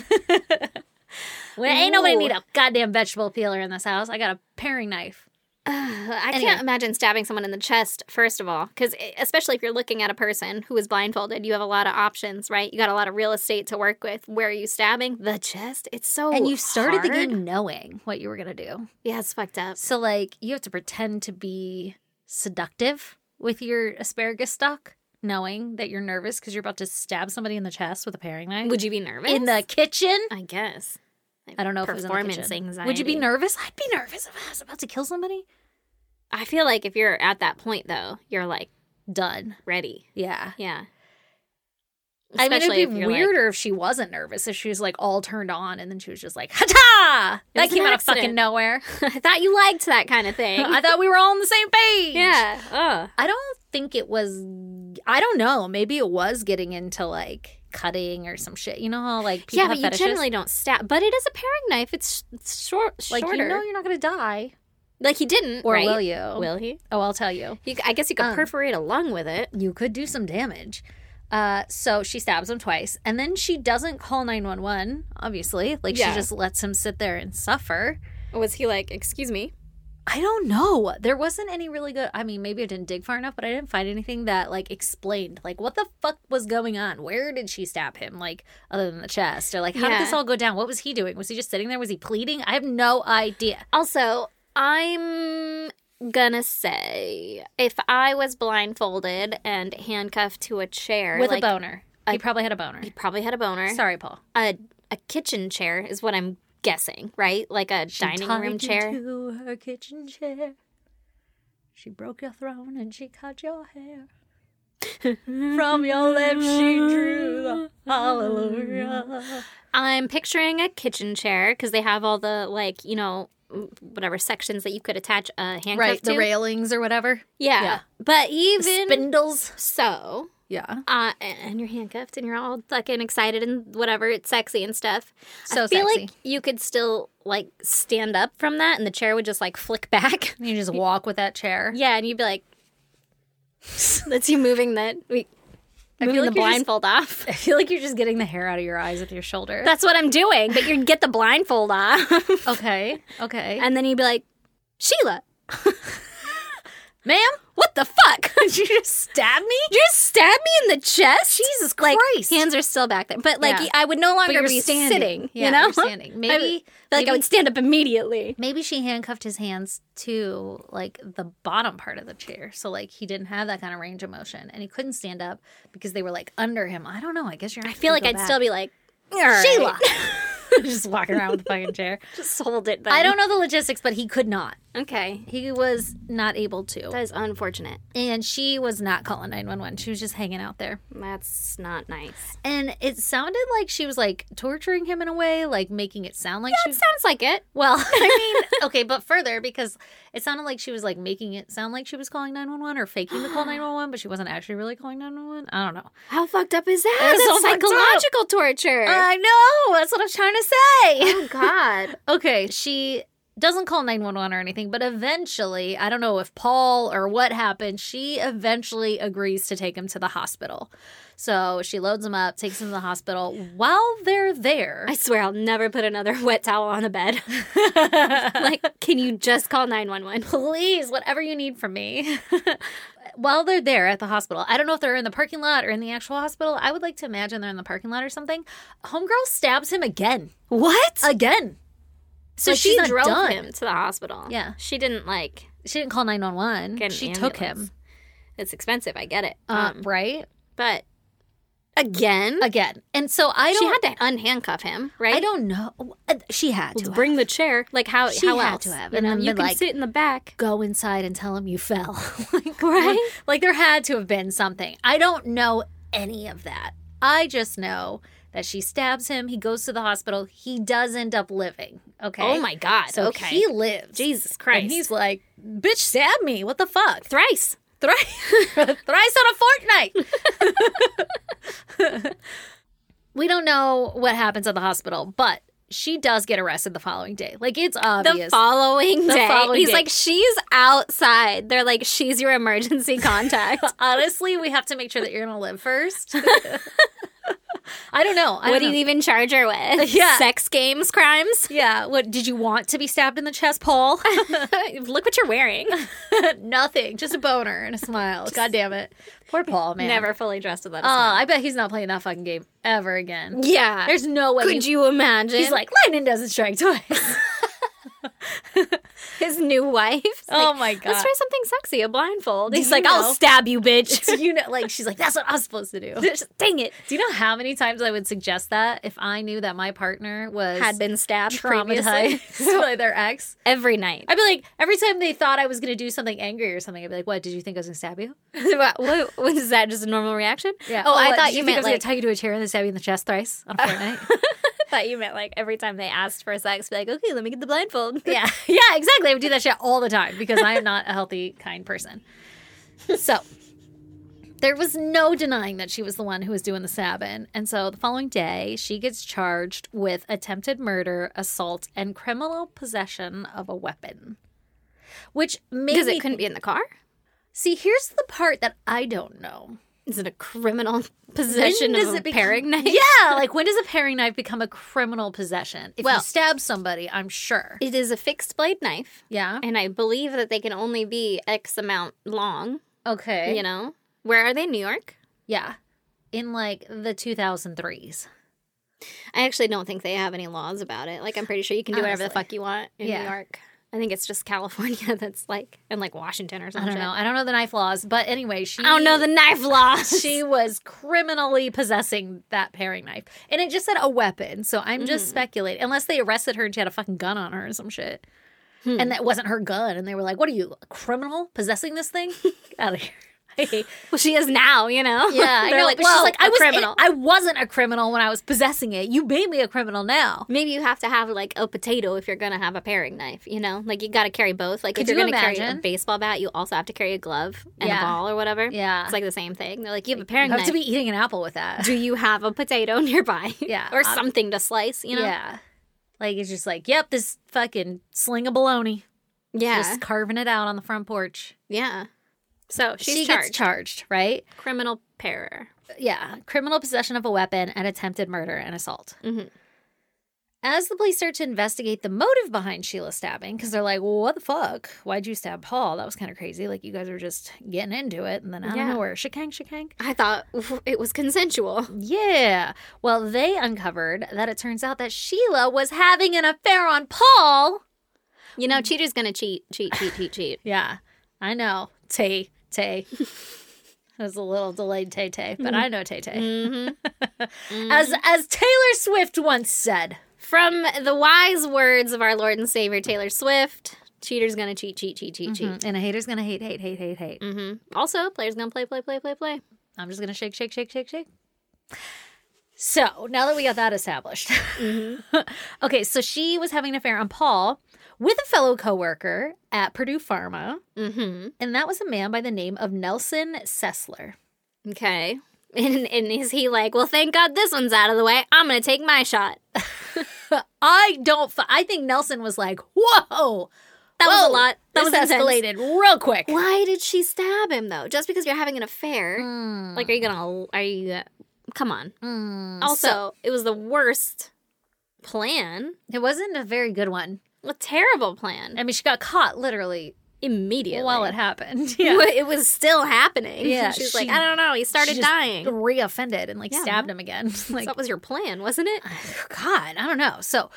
Speaker 2: When ain't nobody
Speaker 1: Ooh.
Speaker 2: need a goddamn vegetable peeler in this house. I got a paring knife.
Speaker 1: Uh, I
Speaker 2: Anyway.
Speaker 1: can't imagine stabbing someone in the chest, first of all, because especially if you're looking at a person who is blindfolded, you have a lot of options, right? You got a lot of real estate to work with. Where are you stabbing? The chest. It's so
Speaker 2: and you started the
Speaker 1: hard.
Speaker 2: game knowing what you were gonna do.
Speaker 1: Yeah, it's fucked up.
Speaker 2: So like you have to pretend to be seductive with your asparagus stalk, knowing that you're nervous because you're about to stab somebody in the chest with a paring knife.
Speaker 1: Would you be nervous
Speaker 2: in the kitchen?
Speaker 1: I guess. Like,
Speaker 2: I don't know if it was in the
Speaker 1: performance
Speaker 2: kitchen.
Speaker 1: anxiety.
Speaker 2: Would you be nervous? I'd be nervous if I was about to kill somebody.
Speaker 1: I feel like if you're at that point though, you're like
Speaker 2: Done.
Speaker 1: ready.
Speaker 2: Yeah.
Speaker 1: Yeah.
Speaker 2: I mean, it'd be
Speaker 1: you're, like-
Speaker 2: weirder if she wasn't nervous, if she was like all turned on and then she was just like, ha ta!
Speaker 1: It was
Speaker 2: That
Speaker 1: an
Speaker 2: came out of fucking
Speaker 1: accident.
Speaker 2: nowhere. (laughs)
Speaker 1: (laughs) I thought you liked that kind of (laughs) thing.
Speaker 2: I thought we were all on the same page.
Speaker 1: yeah. Oh.
Speaker 2: I don't think it was, I don't know. Maybe it was getting into like cutting or some shit. You know how like people
Speaker 1: Yeah, but
Speaker 2: have
Speaker 1: you
Speaker 2: fetishes?
Speaker 1: generally don't stab. But it is a paring knife. It's, sh- it's short,
Speaker 2: like,
Speaker 1: shorter.
Speaker 2: you know you're not going to die.
Speaker 1: like he didn't,
Speaker 2: Or
Speaker 1: right?
Speaker 2: will you?
Speaker 1: Will he?
Speaker 2: Oh, I'll tell you.
Speaker 1: You c- I guess you could
Speaker 2: Um,
Speaker 1: perforate a lung with it.
Speaker 2: You could do some damage. Uh, so she stabs him twice, and then she doesn't call nine one one. Obviously, like
Speaker 1: Yeah.
Speaker 2: she just lets him sit there and suffer.
Speaker 1: Was he like, excuse me?
Speaker 2: I don't know. There wasn't any really good. I mean, maybe I didn't dig far enough, but I didn't find anything that like explained like what the fuck was going on. Where did she stab him? Like other than the chest, or like how
Speaker 1: Yeah.
Speaker 2: did this all go down? What was he doing? Was he just sitting there? Was he pleading? I have no idea.
Speaker 1: Also, I'm gonna say if I was blindfolded and handcuffed to a chair
Speaker 2: With
Speaker 1: like-
Speaker 2: a boner, he probably had a boner.
Speaker 1: he probably had a boner.
Speaker 2: Sorry, Paul.
Speaker 1: A a kitchen chair is what I'm guessing, right? Like a dining room
Speaker 2: tied
Speaker 1: chair.
Speaker 2: into her kitchen chair. She broke your throne and she cut your (laughs) hair. From your lips she drew the hallelujah.
Speaker 1: I'm picturing a kitchen chair because they have all the like you know whatever sections that you could attach a handcuff
Speaker 2: Right,
Speaker 1: to.
Speaker 2: the railings or whatever.
Speaker 1: Yeah.
Speaker 2: Yeah.
Speaker 1: but even
Speaker 2: Spindles.
Speaker 1: so,
Speaker 2: Yeah.
Speaker 1: uh, and you're handcuffed and you're all fucking excited and whatever, it's sexy and stuff.
Speaker 2: So
Speaker 1: I feel
Speaker 2: sexy.
Speaker 1: like you could still like stand up from that, and the chair would just like flick back. (laughs)
Speaker 2: You just walk with that chair.
Speaker 1: yeah, and you'd be like, (laughs) "Let's you moving that we
Speaker 2: I
Speaker 1: moving the
Speaker 2: feel like you're
Speaker 1: (laughs)
Speaker 2: just-
Speaker 1: blindfold off."
Speaker 2: I feel like you're just getting the hair out of your eyes with your shoulder.
Speaker 1: That's what I'm doing, but you'd get the blindfold off, (laughs)
Speaker 2: okay. Okay.
Speaker 1: and then you'd be like, "Sheila, (laughs)
Speaker 2: ma'am,
Speaker 1: what the fuck? (laughs) Did
Speaker 2: you just stab me?
Speaker 1: you just stab me in the chest?"
Speaker 2: Jesus
Speaker 1: like
Speaker 2: Christ.
Speaker 1: hands are still back there, but like
Speaker 2: Yeah.
Speaker 1: I would no
Speaker 2: But
Speaker 1: longer
Speaker 2: you're
Speaker 1: be
Speaker 2: standing.
Speaker 1: sitting.
Speaker 2: Yeah,
Speaker 1: you know, (laughs)
Speaker 2: you're standing.
Speaker 1: I would-
Speaker 2: Maybe-
Speaker 1: feel like I
Speaker 2: maybe-
Speaker 1: would stand up immediately.
Speaker 2: Maybe she handcuffed his hands to like the bottom part of the chair. So like he didn't have that kind of range of motion and he couldn't stand up because they were like under him. I don't know. I guess you're
Speaker 1: I feel like I'd still be like
Speaker 2: Sheila.
Speaker 1: Sheila.
Speaker 2: (laughs) just walking around with the fucking chair.
Speaker 1: Just hold it. Then.
Speaker 2: I don't know the logistics, but he could not.
Speaker 1: Okay,
Speaker 2: He was not able
Speaker 1: that
Speaker 2: to.
Speaker 1: is unfortunate.
Speaker 2: And she was not calling 911. She was just hanging out there.
Speaker 1: That's not nice.
Speaker 2: And it sounded like she was like torturing him in a way, like making it sound like she
Speaker 1: That sounds like it.
Speaker 2: (laughs)
Speaker 1: (laughs)
Speaker 2: Well, I mean, okay, but further because it sounded like she was like making it sound like she was calling 911 or faking the
Speaker 1: (gasps)
Speaker 2: call 911, but she wasn't actually really calling 911. I don't know.
Speaker 1: How fucked up is that? That's
Speaker 2: It's so fucked up.
Speaker 1: psychological torture. (laughs)
Speaker 2: know. That's what I'm trying to
Speaker 1: oh God.
Speaker 2: okay, she doesn't call 911 or anything, but eventually, I don't know if Paul or what happened, she eventually agrees to take him to the hospital. So she loads him up, takes him to the hospital. While they're there,
Speaker 1: I swear I'll never put another wet towel on the (laughs) bed.
Speaker 2: (laughs)
Speaker 1: (laughs) like, can you just call nine one one?
Speaker 2: please, whatever you need from me. (laughs) While they're there at the hospital, I don't know if they're in the parking lot or in the actual hospital. I would like to imagine they're in the parking lot or something. Homegirl stabs him again.
Speaker 1: What?
Speaker 2: Again.
Speaker 1: Uh, so
Speaker 2: like,
Speaker 1: she
Speaker 2: she's not
Speaker 1: drove
Speaker 2: done.
Speaker 1: him to the hospital.
Speaker 2: Yeah.
Speaker 1: She didn't like.
Speaker 2: She didn't call 911.
Speaker 1: Get an
Speaker 2: she took
Speaker 1: ambulance.
Speaker 2: him.
Speaker 1: It's expensive. I get it.
Speaker 2: Uh,
Speaker 1: um,
Speaker 2: right?
Speaker 1: but again,
Speaker 2: Again. And so I don't
Speaker 1: she had to unhandcuff him, right?
Speaker 2: I don't know. Uh, She had to
Speaker 1: bring the chair. Like how?
Speaker 2: She
Speaker 1: how
Speaker 2: had
Speaker 1: else?
Speaker 2: to have,
Speaker 1: You
Speaker 2: and
Speaker 1: know,
Speaker 2: then
Speaker 1: you
Speaker 2: been
Speaker 1: can
Speaker 2: like-
Speaker 1: sit in the back.
Speaker 2: go inside and tell him you fell. (laughs) like,
Speaker 1: Right?
Speaker 2: Like, there had to have been something. I don't know any of that. I just know that she stabs him. He goes to the hospital. He does end up living. Okay.
Speaker 1: Oh my God.
Speaker 2: So
Speaker 1: okay.
Speaker 2: he lives.
Speaker 1: Jesus Christ.
Speaker 2: And he's like, bitch, stab me. What the fuck?
Speaker 1: thrice. (laughs)
Speaker 2: Thrice, thrice on a fortnight. (laughs) we don't know what happens at the hospital, but she does get arrested the following day. Like, it's
Speaker 1: The
Speaker 2: obvious.
Speaker 1: following
Speaker 2: The
Speaker 1: day,
Speaker 2: following
Speaker 1: he's
Speaker 2: day.
Speaker 1: like, "She's outside." They're like, "She's your
Speaker 2: (laughs)
Speaker 1: emergency contact."
Speaker 2: Honestly, we have to make sure that you're gonna live
Speaker 1: (laughs)
Speaker 2: first. I don't know. I
Speaker 1: what do
Speaker 2: don't
Speaker 1: you
Speaker 2: know.
Speaker 1: even charge her with?
Speaker 2: (laughs) Yeah.
Speaker 1: sex games crimes.
Speaker 2: (laughs) Yeah. What did you want to be stabbed in the
Speaker 1: (laughs)
Speaker 2: chest, Paul? (laughs)
Speaker 1: Look what you're (laughs) wearing.
Speaker 2: Nothing. Just a boner and a smile. God damn it. Poor Paul, man.
Speaker 1: Never fully dressed with that.
Speaker 2: Oh, I bet he's not playing that fucking game ever again.
Speaker 1: yeah.
Speaker 2: There's no way.
Speaker 1: Could you imagine?
Speaker 2: he's like lightning doesn't strike twice. (laughs)
Speaker 1: his new wife. It's
Speaker 2: Oh
Speaker 1: like,
Speaker 2: my God.
Speaker 1: Let's try something sexy. A blindfold. He's
Speaker 2: you
Speaker 1: like, "I'll
Speaker 2: know-
Speaker 1: stab you,
Speaker 2: (laughs)
Speaker 1: bitch."
Speaker 2: Do you know, like she's like, that's what I was supposed to do.
Speaker 1: (laughs) Dang it.
Speaker 2: (laughs) Do you know how many times I would suggest that if I knew that my partner was
Speaker 1: Had been stabbed previously.
Speaker 2: traumatized (laughs) by their ex?
Speaker 1: (laughs) every night.
Speaker 2: I'd be like, every time they thought I was going to do something angry or something, I'd be like, what, did you think I was going to stab you?
Speaker 1: (laughs) what, what, what is that? Just a normal reaction? Oh, I
Speaker 2: what,
Speaker 1: thought you,
Speaker 2: did think
Speaker 1: meant
Speaker 2: I was
Speaker 1: like
Speaker 2: going to tie you to a chair and then stab you in the chest thrice (laughs) on a fortnight.
Speaker 1: (laughs) I thought you meant like every time they asked for sex, be like, okay, let me get the (laughs) blindfold.
Speaker 2: yeah. (laughs) Yeah, exactly. I would do that shit all the time because I am not a healthy, kind person. So there was no denying that she was the one who was doing the stabbing. And so the following day, she gets charged with attempted murder, assault, and criminal possession of a weapon. Which
Speaker 1: Because
Speaker 2: maybe
Speaker 1: it couldn't be in the car.
Speaker 2: see here's the part that I don't know.
Speaker 1: is it a criminal (laughs) possession
Speaker 2: does
Speaker 1: of a
Speaker 2: it become-
Speaker 1: (laughs) paring knife?
Speaker 2: Yeah, like when does a paring knife become a criminal possession? If
Speaker 1: Well-
Speaker 2: you stab somebody, I'm sure.
Speaker 1: It is a fixed blade knife,
Speaker 2: yeah.
Speaker 1: and I believe that they can only be X amount long.
Speaker 2: Okay.
Speaker 1: You know, where are they? New York.
Speaker 2: Yeah. In like the 2003s.
Speaker 1: I actually don't think they have any laws about it. Like, I'm pretty sure you can do whatever the
Speaker 2: Honestly.
Speaker 1: fuck you want in
Speaker 2: Yeah.
Speaker 1: New York. I think it's just California (laughs) that's like, and like Washington or
Speaker 2: I
Speaker 1: something.
Speaker 2: don't know. I don't know the knife laws, but anyway, she
Speaker 1: I don't know the knife laws.
Speaker 2: she was criminally possessing that paring knife. And it just said a weapon, so I'm just speculating. Unless they arrested her and she had a fucking gun on her or some shit. And that wasn't her gun. And they were like, What are you, a criminal possessing this thing? Out of here. (laughs) I hate-
Speaker 1: (laughs) well, she is now, you know.
Speaker 2: (laughs) Yeah,
Speaker 1: (laughs)
Speaker 2: I
Speaker 1: They're
Speaker 2: know.
Speaker 1: like,
Speaker 2: Whoa,
Speaker 1: she's like,
Speaker 2: I
Speaker 1: I
Speaker 2: was
Speaker 1: criminal.
Speaker 2: I wasn't a criminal when I was possessing it. You made me a criminal now.
Speaker 1: (laughs) Maybe you have to have like a potato if you're gonna have a paring knife, you know? Like you gotta carry both. Like
Speaker 2: Could
Speaker 1: if you're
Speaker 2: you
Speaker 1: gonna carry
Speaker 2: imagine?
Speaker 1: a baseball bat, you also have to carry a glove and
Speaker 2: Yeah.
Speaker 1: a ball or whatever.
Speaker 2: Yeah.
Speaker 1: It's like the same thing. They're like, you have a paring
Speaker 2: I have
Speaker 1: knife.
Speaker 2: to be eating an apple with
Speaker 1: (laughs)
Speaker 2: that.
Speaker 1: Do you have a potato (laughs) nearby?
Speaker 2: Yeah.
Speaker 1: or something to slice, you know?
Speaker 2: Yeah. Like it's just like, yep, this fucking sling of bologna.
Speaker 1: Yeah.
Speaker 2: Just carving it out on the front porch.
Speaker 1: yeah. So she's
Speaker 2: she
Speaker 1: charged.
Speaker 2: gets charged, right?
Speaker 1: Criminal parer.
Speaker 2: Yeah. Criminal possession of a weapon and attempted murder and assault.
Speaker 1: Mm-hmm.
Speaker 2: As the police start to investigate the motive behind Sheila's stabbing, because they're like, well, what the fuck? Why'd you stab Paul? That was kind of crazy. Like, you guys were just getting into it. And then out of
Speaker 1: Yeah.
Speaker 2: nowhere, shakang, shakang.
Speaker 1: I thought oof, it was consensual.
Speaker 2: Yeah. Well, they uncovered that it turns out that Sheila was having an affair on Paul.
Speaker 1: You
Speaker 2: Mm.
Speaker 1: know, cheater's gonna cheat, cheat, cheat, cheat, cheat.
Speaker 2: Yeah, I know. Tay, Tay. (laughs) It was a little delayed Tay Tay, but I know Tay Tay. (laughs) as as Taylor Swift once said.
Speaker 1: From the wise words of our Lord and Savior Taylor Swift, cheater's gonna cheat, cheat, cheat, cheat, cheat.
Speaker 2: Mm, And a hater's gonna hate, hate, hate, hate, hate.
Speaker 1: Also, player's gonna play, play, play, play, play.
Speaker 2: I'm just gonna shake, shake, shake, shake, shake. So now that we got that established. Mm-hmm. (laughs) okay, so she was having an affair on Paul with a fellow coworker at Purdue Pharma.
Speaker 1: Mm-hmm.
Speaker 2: And that was a man by the name of Nelson Sessler.
Speaker 1: Okay. (laughs) And, and is he like, well, thank God this one's out of the way. I'm going to take my shot. That
Speaker 2: I don't, f- I think Nelson was like, whoa, that
Speaker 1: was a lot. That was intense.
Speaker 2: escalated real quick.
Speaker 1: Why did she stab him though? Just because you're having an affair?
Speaker 2: Mm.
Speaker 1: Like, are you going to, are you, uh, come on.
Speaker 2: Hmm,
Speaker 1: Also, it was the worst plan.
Speaker 2: It wasn't a very good one.
Speaker 1: A terrible plan.
Speaker 2: I mean, she got caught literally
Speaker 1: Immediately. (laughs)
Speaker 2: while it happened. (laughs) Yeah.
Speaker 1: it was still happening. (laughs)
Speaker 2: Yeah,
Speaker 1: She's
Speaker 2: she-
Speaker 1: like, I don't know. He started
Speaker 2: She just
Speaker 1: dying.
Speaker 2: Reoffended and like stabbed him again. (laughs) like,
Speaker 1: that was your plan, wasn't it?
Speaker 2: God, I don't know. So,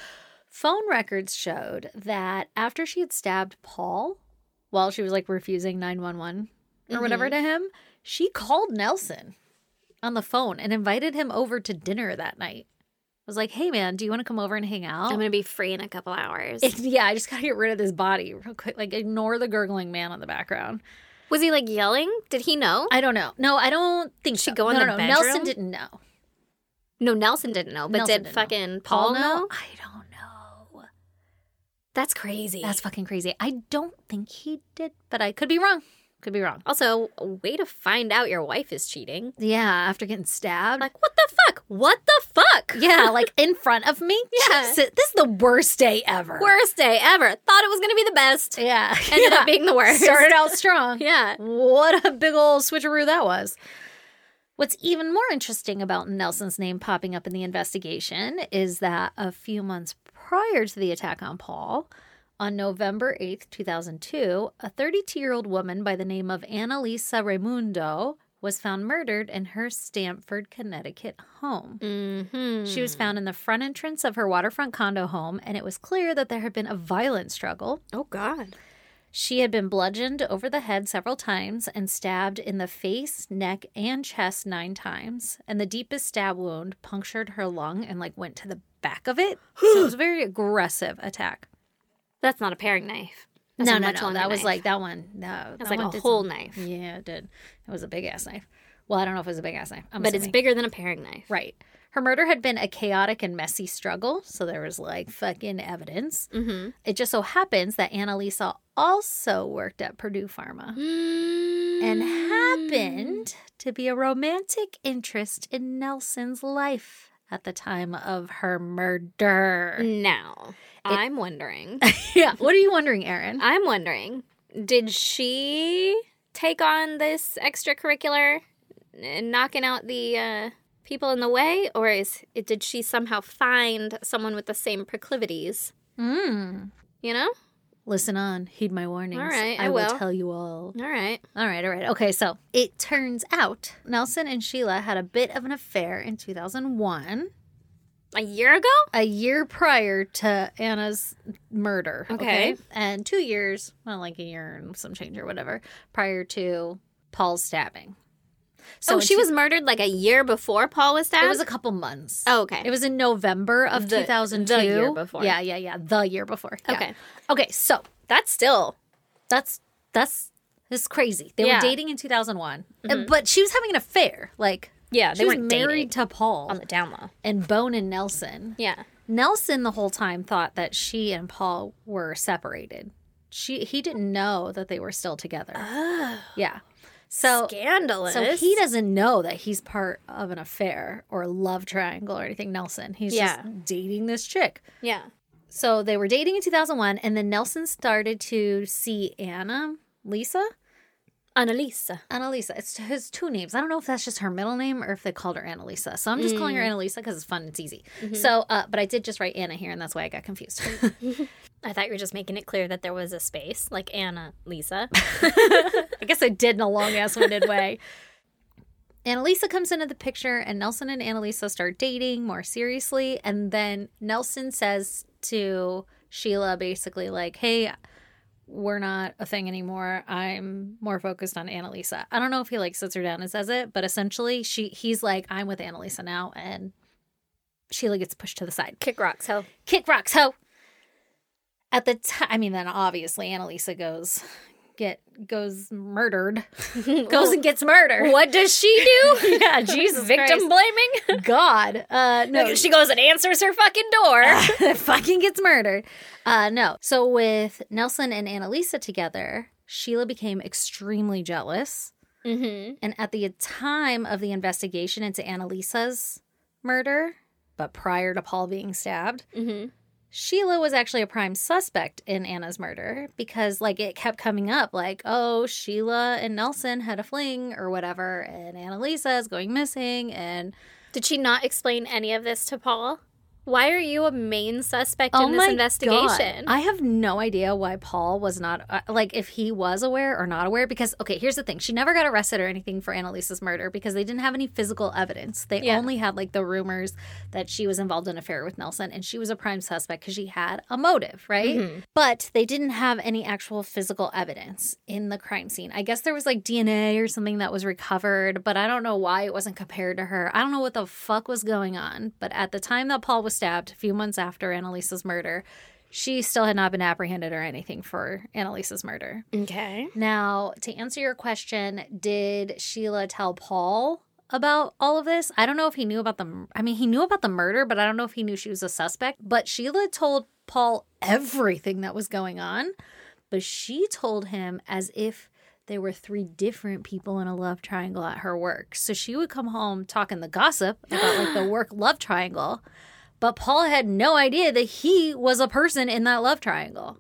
Speaker 2: phone records showed that after she had stabbed Paul while she was like refusing 911 or whatever to him, she called Nelson on the phone and invited him over to dinner that night. was like, hey, man, do you want to come over and hang out?
Speaker 1: I'm going to be free in a couple hours.
Speaker 2: (laughs) yeah, I just got to get rid of this body real quick. Like, ignore the gurgling man on the background.
Speaker 1: was he like yelling? Did he know?
Speaker 2: I don't know. No, I don't think she so.
Speaker 1: go in
Speaker 2: no,
Speaker 1: the
Speaker 2: no, no.
Speaker 1: bedroom?
Speaker 2: Nelson didn't know.
Speaker 1: No, Nelson didn't know, but
Speaker 2: Nelson
Speaker 1: did
Speaker 2: didn't know.
Speaker 1: fucking Paul, know?
Speaker 2: I don't know.
Speaker 1: That's crazy.
Speaker 2: That's fucking crazy. I don't think he did, but I could be wrong. Could be wrong.
Speaker 1: also a way to find out your wife is cheating.
Speaker 2: Yeah, after getting stabbed.
Speaker 1: Like, what the fuck? What the fuck?
Speaker 2: (laughs) yeah, like in front of me.
Speaker 1: Yeah.
Speaker 2: Jesus, this is the worst day ever.
Speaker 1: Worst day ever. Thought it was gonna be the (laughs) best.
Speaker 2: Yeah.
Speaker 1: Ended
Speaker 2: yeah.
Speaker 1: up being the worst.
Speaker 2: Started out strong.
Speaker 1: (laughs) Yeah.
Speaker 2: What a big old switcheroo that was. What's even more interesting about Nelson's name popping up in the investigation is that a few months prior to the attack on Paul, on November 8th, 2002, a 32 year old woman by the name of Annalisa Raimundo was found murdered in her Stamford, Connecticut home.
Speaker 1: Mm-hmm.
Speaker 2: She was found in the front entrance of her waterfront condo home, and it was clear that there had been a violent struggle.
Speaker 1: Oh God.
Speaker 2: She had been bludgeoned over the head several times and stabbed in the face, neck, and chest nine times. And the deepest stab wound punctured her lung and like went to the back of it. so it was a very aggressive (gasps) attack.
Speaker 1: That's not a paring knife. That's a much longer
Speaker 2: That was
Speaker 1: knife.
Speaker 2: like that one. No,
Speaker 1: that's
Speaker 2: that
Speaker 1: like
Speaker 2: one
Speaker 1: a
Speaker 2: did
Speaker 1: whole
Speaker 2: some-
Speaker 1: knife.
Speaker 2: Yeah, it did. It was a big ass knife. Well, I don't know if it was a big ass knife. I'm
Speaker 1: But it's
Speaker 2: assuming.
Speaker 1: bigger than a paring knife.
Speaker 2: Right. Her murder had been a chaotic and messy struggle, so there was like fucking evidence.
Speaker 1: Mm-hmm.
Speaker 2: It just so happens that Annalisa also worked at Purdue Pharma and
Speaker 1: Mm.
Speaker 2: happened to be a romantic interest in Nelson's life at the time of her murder.
Speaker 1: Mm. Now, I'm wondering.
Speaker 2: (laughs)
Speaker 1: (laughs)
Speaker 2: yeah. What are you wondering, Erin?
Speaker 1: I'm wondering, did she take on this extracurricular and knocking out the uh, people in the way, or is it, did she somehow find someone with the same proclivities?
Speaker 2: Mm.
Speaker 1: You know?
Speaker 2: Listen on, heed my warnings.
Speaker 1: All right,
Speaker 2: I,
Speaker 1: I
Speaker 2: will
Speaker 1: will.
Speaker 2: tell you all.
Speaker 1: All right.
Speaker 2: All right, all right. Okay, so it turns out Nelson and Sheila had a bit of an affair in 2001,
Speaker 1: A year ago?
Speaker 2: a year prior to Anna's murder.
Speaker 1: Okay.
Speaker 2: And two years, well, like a year and some change or whatever, prior to Paul's stabbing.
Speaker 1: So oh,
Speaker 2: in
Speaker 1: she
Speaker 2: two-
Speaker 1: was murdered like a year before Paul was stabbed?
Speaker 2: It was a couple months.
Speaker 1: oh, okay.
Speaker 2: It was in November of
Speaker 1: The- the
Speaker 2: 2002.
Speaker 1: year before.
Speaker 2: Yeah, yeah, yeah. The year before. Yeah.
Speaker 1: Okay.
Speaker 2: Okay, so
Speaker 1: That's still.
Speaker 2: that's that's that's crazy. They were
Speaker 1: Yeah.
Speaker 2: dating in 2001, Uh, but she was having an affair. Like
Speaker 1: Yeah,
Speaker 2: she was married to
Speaker 1: on
Speaker 2: Paul
Speaker 1: the down low.
Speaker 2: and Bone and Nelson.
Speaker 1: Yeah.
Speaker 2: Nelson the whole time thought that she and Paul were separated. She he didn't know that they were still together. yeah. So
Speaker 1: Oh. Scandalous.
Speaker 2: so he doesn't know that he's part of an affair or a love triangle or anything. Nelson, he's
Speaker 1: Yeah.
Speaker 2: just dating this chick.
Speaker 1: yeah.
Speaker 2: So they were dating in 2001, and then Nelson started to see Anna, Lisa,
Speaker 1: Annalisa.
Speaker 2: Annalisa. It's his two names. I don't know if that's just her middle name or if they called her Annalisa. So I'm just calling her
Speaker 1: Mm.
Speaker 2: Annalisa because it's fun. It's easy.
Speaker 1: Mm-hmm.
Speaker 2: So, uh, but I did just write Anna here, and that's why I got confused.
Speaker 1: (laughs) I thought you were just making it clear that there was a space, like Anna, (laughs) Lisa.
Speaker 2: (laughs) I guess I did in a long ass winded way. (laughs) Annalisa comes into the picture, and Nelson and Annalisa start dating more seriously. And then Nelson says to Sheila, basically, like, hey, we're not a thing anymore. I'm more focused on Annalisa. I don't know if he like sits her down and says it, but essentially, she he's like, I'm with Annalisa now, and Sheila gets pushed to the side
Speaker 1: Kick rocks, ho.
Speaker 2: kick rocks ho at the time i mean then obviously annalisa goes get goes murdered (laughs) goes and gets murdered
Speaker 1: What does she do? (laughs)
Speaker 2: yeah (laughs) jesus
Speaker 1: Victim blaming?
Speaker 2: (laughs) Christ. god uh no (laughs)
Speaker 1: She goes and answers her fucking (laughs) door.
Speaker 2: fucking gets murdered uh no so with nelson and annalisa together sheila became extremely jealous
Speaker 1: mm-hmm.
Speaker 2: And at the time of the investigation into Annalisa's murder, but prior to Paul being stabbed,
Speaker 1: Mhm.
Speaker 2: Sheila was actually a prime suspect in Anna's murder because, like, it kept coming up like, oh, Sheila and Nelson had a fling or whatever, and Annalisa is going missing. And
Speaker 1: Did she not explain any of this to Paul? Why are you a main suspect in this
Speaker 2: oh God.
Speaker 1: investigation?
Speaker 2: I have no idea why Paul was not, uh, like, if he was aware or not aware. Because, okay, here's the thing she never got arrested or anything for Annalisa's murder because they didn't have any physical evidence. They
Speaker 1: Yeah.
Speaker 2: only had, like, the rumors that she was involved in an affair with Nelson and she was a prime suspect because she had a motive, right? But they didn't have any actual physical evidence in the crime scene. I guess there was, like, DNA or something that was recovered, but I don't know why it wasn't compared to her. I don't know what the fuck was going on. But at the time that Paul was stabbed, a few months after Annalisa's murder, she still had not been apprehended or anything for Annalisa's murder.
Speaker 1: okay.
Speaker 2: Now, to answer your question, did Sheila tell Paul about all of this? I don't know if he knew about the I mean, he knew about the murder, but I don't know if he knew she was a suspect, but Sheila told Paul everything that was going on, but she told him as if there were three different people in a love triangle at her work. So she would come home talking the gossip about like the work love triangle, but Paul had no idea that he was a person in that love triangle.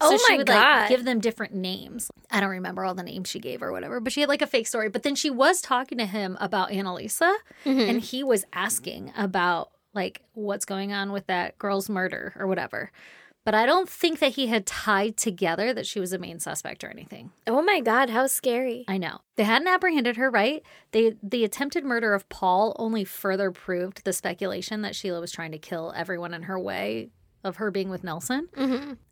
Speaker 1: Oh
Speaker 2: she
Speaker 1: my
Speaker 2: would
Speaker 1: God.
Speaker 2: like give them different names. I don't remember all the names she gave or whatever, but she had like a fake story. But then she was talking to him about Annalisa
Speaker 1: Mm-hmm.
Speaker 2: and he was asking about like what's going on with that girl's murder or whatever. But I don't think that he had tied together that she was a main suspect or anything.
Speaker 1: Oh my God, how scary.
Speaker 2: I know. They hadn't apprehended her, right? They the attempted murder of Paul only further proved the speculation that Sheila was trying to kill everyone in her way of her being with Nelson.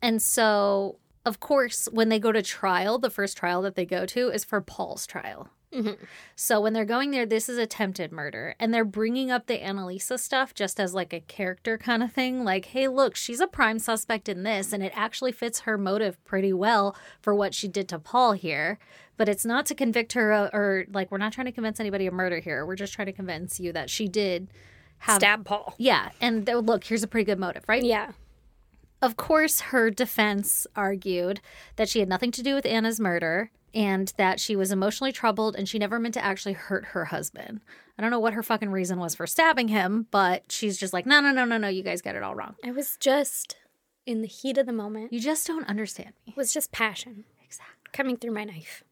Speaker 2: And so, of course, when they go to trial, the first trial that they go to is for Paul's trial. So when they're going there, this is attempted murder, and they're bringing up the Annalisa stuff just as like a character kind of thing. Like, hey, look, she's a prime suspect in this, and it actually fits her motive pretty well for what she did to Paul here. But it's not to convict her, uh, or like we're not trying to convince anybody of murder here. We're just trying to convince you that she did have.
Speaker 1: Stab Paul.
Speaker 2: Yeah, and they're- look, here's a pretty good motive, right?
Speaker 1: Yeah.
Speaker 2: Of course, her defense argued that she had nothing to do with Anna's murder and that she was emotionally troubled and she never meant to actually hurt her husband. I don't know what her fucking reason was for stabbing him, but she's just like, no, no, no, no, no, you guys got it all wrong.
Speaker 1: I was just in the heat of the moment.
Speaker 2: You just don't understand me. (laughs)
Speaker 1: It was just passion. Exactly. Coming through my knife.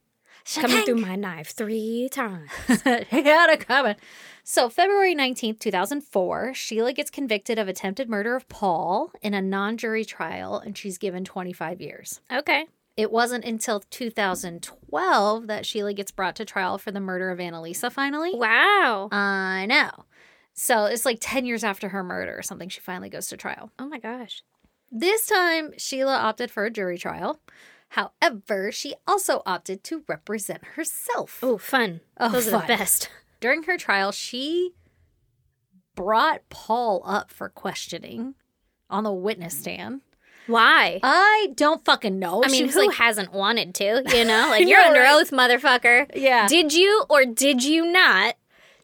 Speaker 1: coming through my knife three times.
Speaker 2: had a comment. So, February 19th, 2004, Sheila gets convicted of attempted murder of Paul in a non jury trial, and she's given 25 years.
Speaker 1: Okay.
Speaker 2: It wasn't until 2012 that Sheila gets brought to trial for the murder of Annalisa finally.
Speaker 1: Wow.
Speaker 2: I know. So, it's like 10 years after her murder or something, she finally goes to trial.
Speaker 1: Oh my gosh.
Speaker 2: This time, Sheila opted for a jury trial. However, she also opted to represent herself.
Speaker 1: Oh, fun.
Speaker 2: Oh,
Speaker 1: Those are
Speaker 2: fun.
Speaker 1: the best.
Speaker 2: During her trial, she brought Paul up for questioning on the witness stand.
Speaker 1: Why?
Speaker 2: I don't fucking know.
Speaker 1: I
Speaker 2: She
Speaker 1: mean,
Speaker 2: was
Speaker 1: who
Speaker 2: like,
Speaker 1: hasn't wanted to? (laughs) You know, like
Speaker 2: I
Speaker 1: you're
Speaker 2: know,
Speaker 1: under
Speaker 2: right?
Speaker 1: oath, motherfucker.
Speaker 2: yeah,
Speaker 1: Did you or did you not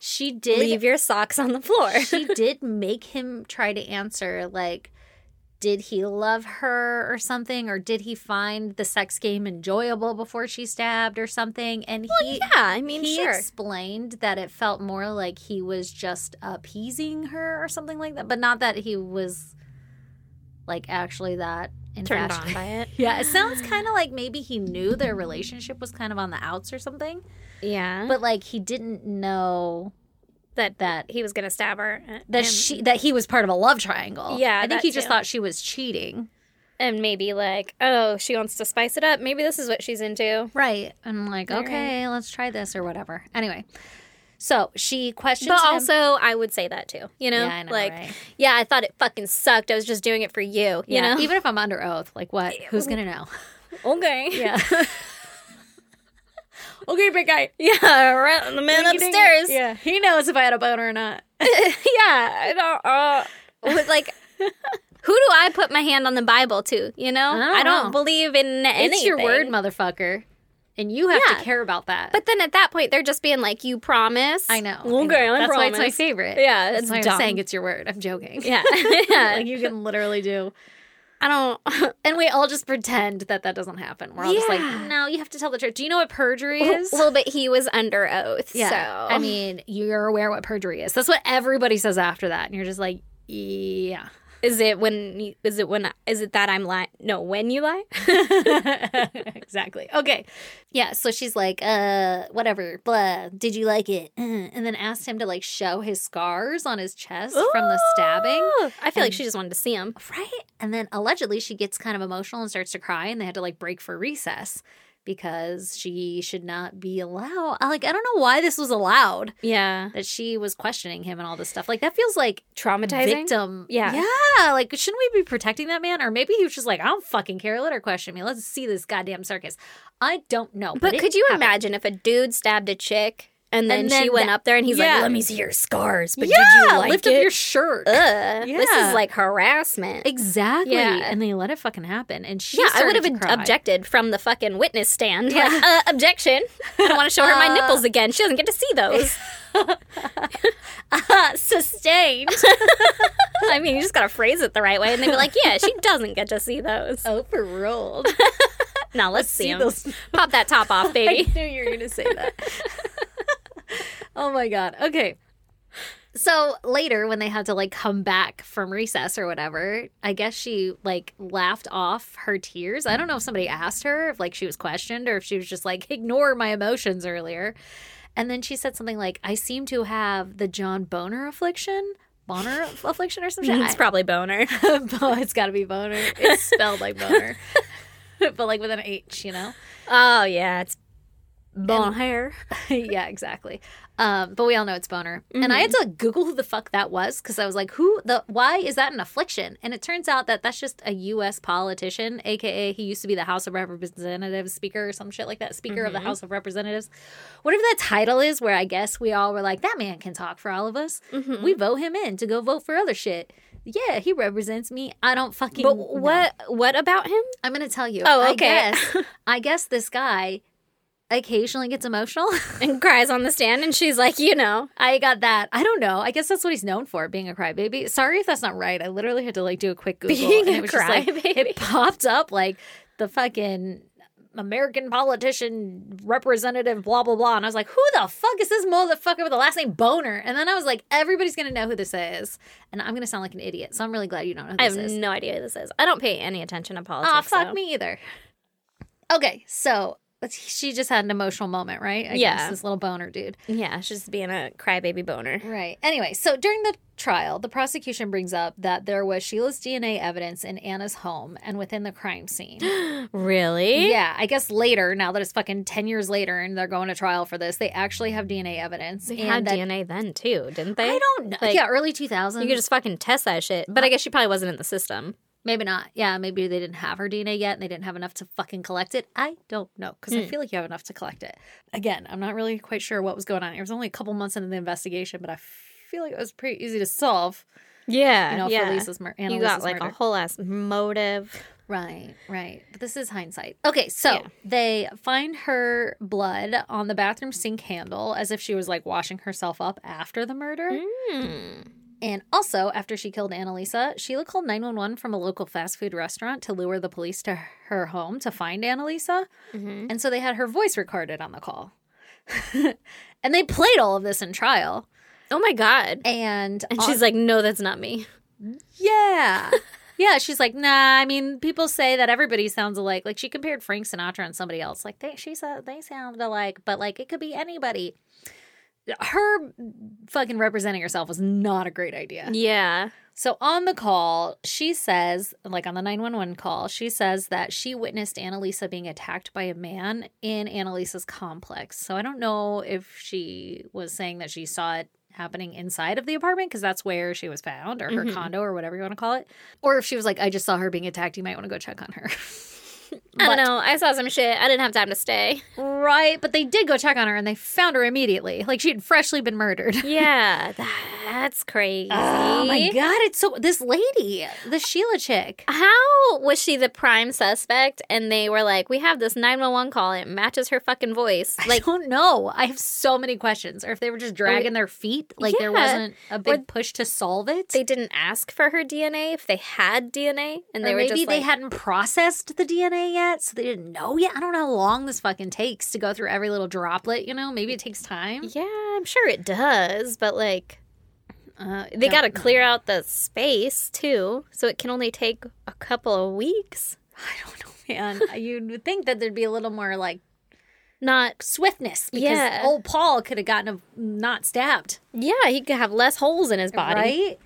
Speaker 2: she did.
Speaker 1: leave your socks on the floor? (laughs)
Speaker 2: she did make him try to answer like. Did he love her or something, or did he find the sex game enjoyable before she stabbed or something? And he,
Speaker 1: yeah, I mean,
Speaker 2: he
Speaker 1: sure.
Speaker 2: explained that it felt more like he was just appeasing her or something like that, but not that he was like actually that
Speaker 1: Turned
Speaker 2: infatuated.
Speaker 1: on by (laughs) it.
Speaker 2: (laughs) Yeah, it sounds kind of like maybe he knew their relationship was kind of on the outs or something,
Speaker 1: Yeah.
Speaker 2: but like he didn't know
Speaker 1: that
Speaker 2: that
Speaker 1: he was going to stab her. uh,
Speaker 2: that
Speaker 1: and,
Speaker 2: she that he was part of a love triangle.
Speaker 1: Yeah,
Speaker 2: I think
Speaker 1: that
Speaker 2: he just
Speaker 1: too.
Speaker 2: thought she was cheating.
Speaker 1: and maybe like, oh, she wants to spice it up. Maybe this is what she's into.
Speaker 2: Right. I'm like,
Speaker 1: All
Speaker 2: okay, let's try this or whatever. Anyway, so she questions
Speaker 1: But
Speaker 2: him.
Speaker 1: also, I would say that too. You know,
Speaker 2: Yeah, I know,
Speaker 1: like,
Speaker 2: right?
Speaker 1: yeah, I thought it fucking sucked. I was just doing it for you. You
Speaker 2: yeah,
Speaker 1: know,
Speaker 2: even if I'm under oath, like what? Who's gonna know?
Speaker 1: okay, (laughs)
Speaker 2: (laughs) Yeah.
Speaker 1: okay, big guy. Yeah, right, the man upstairs.
Speaker 2: Yeah, he knows if I had a boner or not.
Speaker 1: (laughs) yeah, I don't. Uh, with,
Speaker 2: (laughs)
Speaker 1: like, who do I put my hand on the Bible to? You know,
Speaker 2: don't
Speaker 1: I don't
Speaker 2: know.
Speaker 1: believe in anything.
Speaker 2: Oh. It's your word, motherfucker, and you have
Speaker 1: Yeah.
Speaker 2: to care about that.
Speaker 1: But then at that point, they're just being like, "You promise."
Speaker 2: I know.
Speaker 1: Okay, I,
Speaker 2: I know. That's why
Speaker 1: promise.
Speaker 2: it's my favorite.
Speaker 1: Yeah,
Speaker 2: that's
Speaker 1: it's
Speaker 2: why I'm
Speaker 1: dumb.
Speaker 2: saying it's your word. I'm joking.
Speaker 1: Yeah, (laughs) yeah.
Speaker 2: (laughs) like you can literally do.
Speaker 1: I
Speaker 2: (laughs)
Speaker 1: don't.
Speaker 2: And we all just pretend that that doesn't happen. We're all just
Speaker 1: Yeah.
Speaker 2: like, no, you have to tell the truth. Do you know what
Speaker 1: (laughs)
Speaker 2: perjury is?
Speaker 1: Well, but he was under oath.
Speaker 2: yeah.
Speaker 1: So
Speaker 2: I mean, you're aware what perjury is. That's what everybody says after that, and you're just like, yeah. (laughs)
Speaker 1: is it when? you- Is it when? Is it that I'm lying? No, when you lie. (laughs)
Speaker 2: exactly. Okay. Yeah. So she's like, uh, whatever, blah. Did you like it? (laughs) Uh, And then asked him to like show his scars on his chest from the stabbing.
Speaker 1: Ooh, I feel like
Speaker 2: And-
Speaker 1: she just wanted to see him.
Speaker 2: Right. And then allegedly she gets kind of emotional and starts to cry, and they had to like break for recess because she should not be allowed. I, Like, I don't know why this was allowed
Speaker 1: Yeah,
Speaker 2: that she was questioning him and all this stuff. Like, that feels like
Speaker 1: traumatizing.
Speaker 2: victim.
Speaker 1: Yeah.
Speaker 2: Yeah. Like, shouldn't we be protecting that man? Or maybe he was just like, I don't fucking care. Let her question me. Let's see this goddamn circus. I don't know.
Speaker 1: But
Speaker 2: it
Speaker 1: could you
Speaker 2: happened.
Speaker 1: imagine if a dude stabbed a chick and then,
Speaker 2: And then
Speaker 1: she went
Speaker 2: that-
Speaker 1: up there and he's
Speaker 2: yeah.
Speaker 1: like, "Let me see your scars." But did
Speaker 2: yeah.
Speaker 1: you like
Speaker 2: lift
Speaker 1: it?
Speaker 2: up your shirt.
Speaker 1: Ugh, This
Speaker 2: Yeah.
Speaker 1: is like harassment.
Speaker 2: Exactly.
Speaker 1: Yeah.
Speaker 2: And they let it fucking happen. And she
Speaker 1: yeah, I would
Speaker 2: started
Speaker 1: have
Speaker 2: to
Speaker 1: been
Speaker 2: cry.
Speaker 1: objected from the fucking witness stand.
Speaker 2: Yeah.
Speaker 1: Like, uh, objection. I don't want to show her
Speaker 2: Uh,
Speaker 1: my nipples again. She doesn't get to see
Speaker 2: (laughs)
Speaker 1: those.
Speaker 2: Uh, Sustained.
Speaker 1: (laughs) I mean, you just got to phrase it the right way. And they'd be like, yeah, she doesn't get to see those.
Speaker 2: Overruled.
Speaker 1: Now let's see
Speaker 2: Oh, see
Speaker 1: 'em.
Speaker 2: those-
Speaker 1: Pop that top off, (laughs) baby.
Speaker 2: (laughs) I knew you were going to say that. (laughs) oh my God. Okay. So later, when they had to like come back from recess or whatever, I guess she like laughed off her tears. I don't know if somebody asked her if like she was questioned or if she was just like, ignore my emotions earlier. And then she said something like, I seem to have the John Boner affliction, Boner affliction or something.
Speaker 1: it's probably boner.
Speaker 2: (laughs) Bo- it's got to be boner. It's spelled like boner, (laughs) but like with an H, you know?
Speaker 1: Oh, yeah, it's boner.
Speaker 2: (laughs) yeah, exactly. Um, but we all know it's boner. And I had
Speaker 1: Mm-hmm.
Speaker 2: to Google who the fuck that was because I was like, who the why is that an affliction? And it turns out that that's just a U.S. politician, aka he used to be the House of Representatives Speaker or some shit like that, Speaker
Speaker 1: Mm-hmm.
Speaker 2: of the House of Representatives, whatever that title is. Where I guess we all were like, that man can talk for all of us.
Speaker 1: Mm-hmm.
Speaker 2: We vote him in to go vote for other shit. Yeah, he represents me. I don't fucking.
Speaker 1: But
Speaker 2: know.
Speaker 1: what what about him?
Speaker 2: I'm gonna tell you.
Speaker 1: Oh,
Speaker 2: I
Speaker 1: okay. (laughs)
Speaker 2: guess- I guess this guy occasionally gets emotional. (laughs)
Speaker 1: And cries on the stand, and she's like, you know,
Speaker 2: I got that. I don't know. I guess that's what he's known for, being a crybaby. Sorry if that's not right. I literally had to like do a quick Google.
Speaker 1: Being
Speaker 2: and
Speaker 1: a
Speaker 2: it was just, like,
Speaker 1: crybaby.
Speaker 2: it (laughs) popped up like the fucking American politician representative, blah blah blah. And I was like, who the fuck is this motherfucker with the last name Boner? And then I was like, everybody's gonna know who this is, and I'm gonna sound like an idiot. So I'm really glad you don't know who
Speaker 1: I
Speaker 2: this
Speaker 1: have
Speaker 2: is.
Speaker 1: no idea who this is. I don't pay any attention to politics.
Speaker 2: Aw, fuck
Speaker 1: so.
Speaker 2: me either. Okay, so but she just had an emotional moment, right? Against
Speaker 1: Yeah.
Speaker 2: This little boner dude.
Speaker 1: Yeah, she's just being a crybaby boner.
Speaker 2: Right. Anyway, so during the trial, the prosecution brings up that there was Sheila's DNA evidence in Anna's home and within the
Speaker 1: (gasps)
Speaker 2: crime scene.
Speaker 1: Really?
Speaker 2: yeah, I guess later, now that it's fucking 10 years later and they're going to trial for this, they actually have DNA evidence.
Speaker 1: They
Speaker 2: and
Speaker 1: had
Speaker 2: that-
Speaker 1: DNA then too, didn't they?
Speaker 2: I don't know.
Speaker 1: Like,
Speaker 2: yeah, early 2000s.
Speaker 1: You could just fucking test that shit. But I guess she probably wasn't in the system.
Speaker 2: Maybe not. Yeah, maybe they didn't have her DNA yet and they didn't have enough to fucking collect it. I don't know because
Speaker 1: Hmm.
Speaker 2: I feel like you have enough to collect it. Again, I'm not really quite sure what was going on. It was only a couple months into the investigation, but I feel like it was pretty easy to solve.
Speaker 1: Yeah,
Speaker 2: You know,
Speaker 1: Uh, yeah.
Speaker 2: for Lisa's mur- Anna
Speaker 1: you got
Speaker 2: Lisa's
Speaker 1: like
Speaker 2: murder.
Speaker 1: a whole ass motive.
Speaker 2: Right, right. But this is hindsight. Okay, so
Speaker 1: Yeah.
Speaker 2: they find her blood on the bathroom sink handle as if she was like washing herself up after the murder.
Speaker 1: Mm-hmm. Hmm.
Speaker 2: And also, after she killed Annalisa, Sheila called 911 from a local fast food restaurant to lure the police to her home to find Annalisa.
Speaker 1: Mm-hmm.
Speaker 2: And so they had her voice recorded on the call. (laughs) and they played all of this in trial.
Speaker 1: Oh my god.
Speaker 2: And,
Speaker 1: And
Speaker 2: on-
Speaker 1: she's like, no, that's not me.
Speaker 2: yeah. yeah. She's like, nah, I mean, people say that everybody sounds alike. Like, she compared Frank Sinatra and somebody else. Like, they, she said they sound alike, but like, it could be anybody. Her fucking representing herself was not a great idea.
Speaker 1: Yeah.
Speaker 2: So on the call, she says, like on the 911 call, she says that she witnessed Annalisa being attacked by a man in Annalisa's complex. So I don't know if she was saying that she saw it happening inside of the apartment because that's where she was found or her condo or whatever you want to call it. Or if she was like, I just saw her being attacked. You might want to go check on her. (laughs)
Speaker 1: I don't know. I saw some shit. I didn't have time to stay.
Speaker 2: right. But they did go check on her and they found her immediately. Like she had freshly been murdered.
Speaker 1: Yeah, (laughs) that's crazy.
Speaker 2: Oh my God. It's so, this lady, the Sheila chick.
Speaker 1: How was she the prime suspect? And they were like, we have this 911 call. It matches her fucking voice.
Speaker 2: Like, (laughs)
Speaker 1: Like,
Speaker 2: I don't know. I have so many questions. Or if they were just dragging their feet, like there
Speaker 1: Yeah.
Speaker 2: wasn't a big push to solve it.
Speaker 1: they didn't ask for her DNA if they had DNA. And they
Speaker 2: or
Speaker 1: were
Speaker 2: maybe
Speaker 1: just
Speaker 2: they
Speaker 1: like,
Speaker 2: hadn't processed the DNA yet, so they didn't know yet. I don't know how long this fucking takes to go through every little droplet. You know, maybe it takes time.
Speaker 1: yeah, I'm sure it does. But like,
Speaker 2: Uh,
Speaker 1: they
Speaker 2: don't
Speaker 1: got to
Speaker 2: know.
Speaker 1: clear out the space too. So it can only take a couple of weeks.
Speaker 2: (laughs) I don't know, man. You'd think that there'd be a little more like
Speaker 1: Not,
Speaker 2: swiftness because
Speaker 1: Yeah.
Speaker 2: old Paul could have gotten a, not stabbed.
Speaker 1: yeah, he could have less holes in his body.
Speaker 2: Right?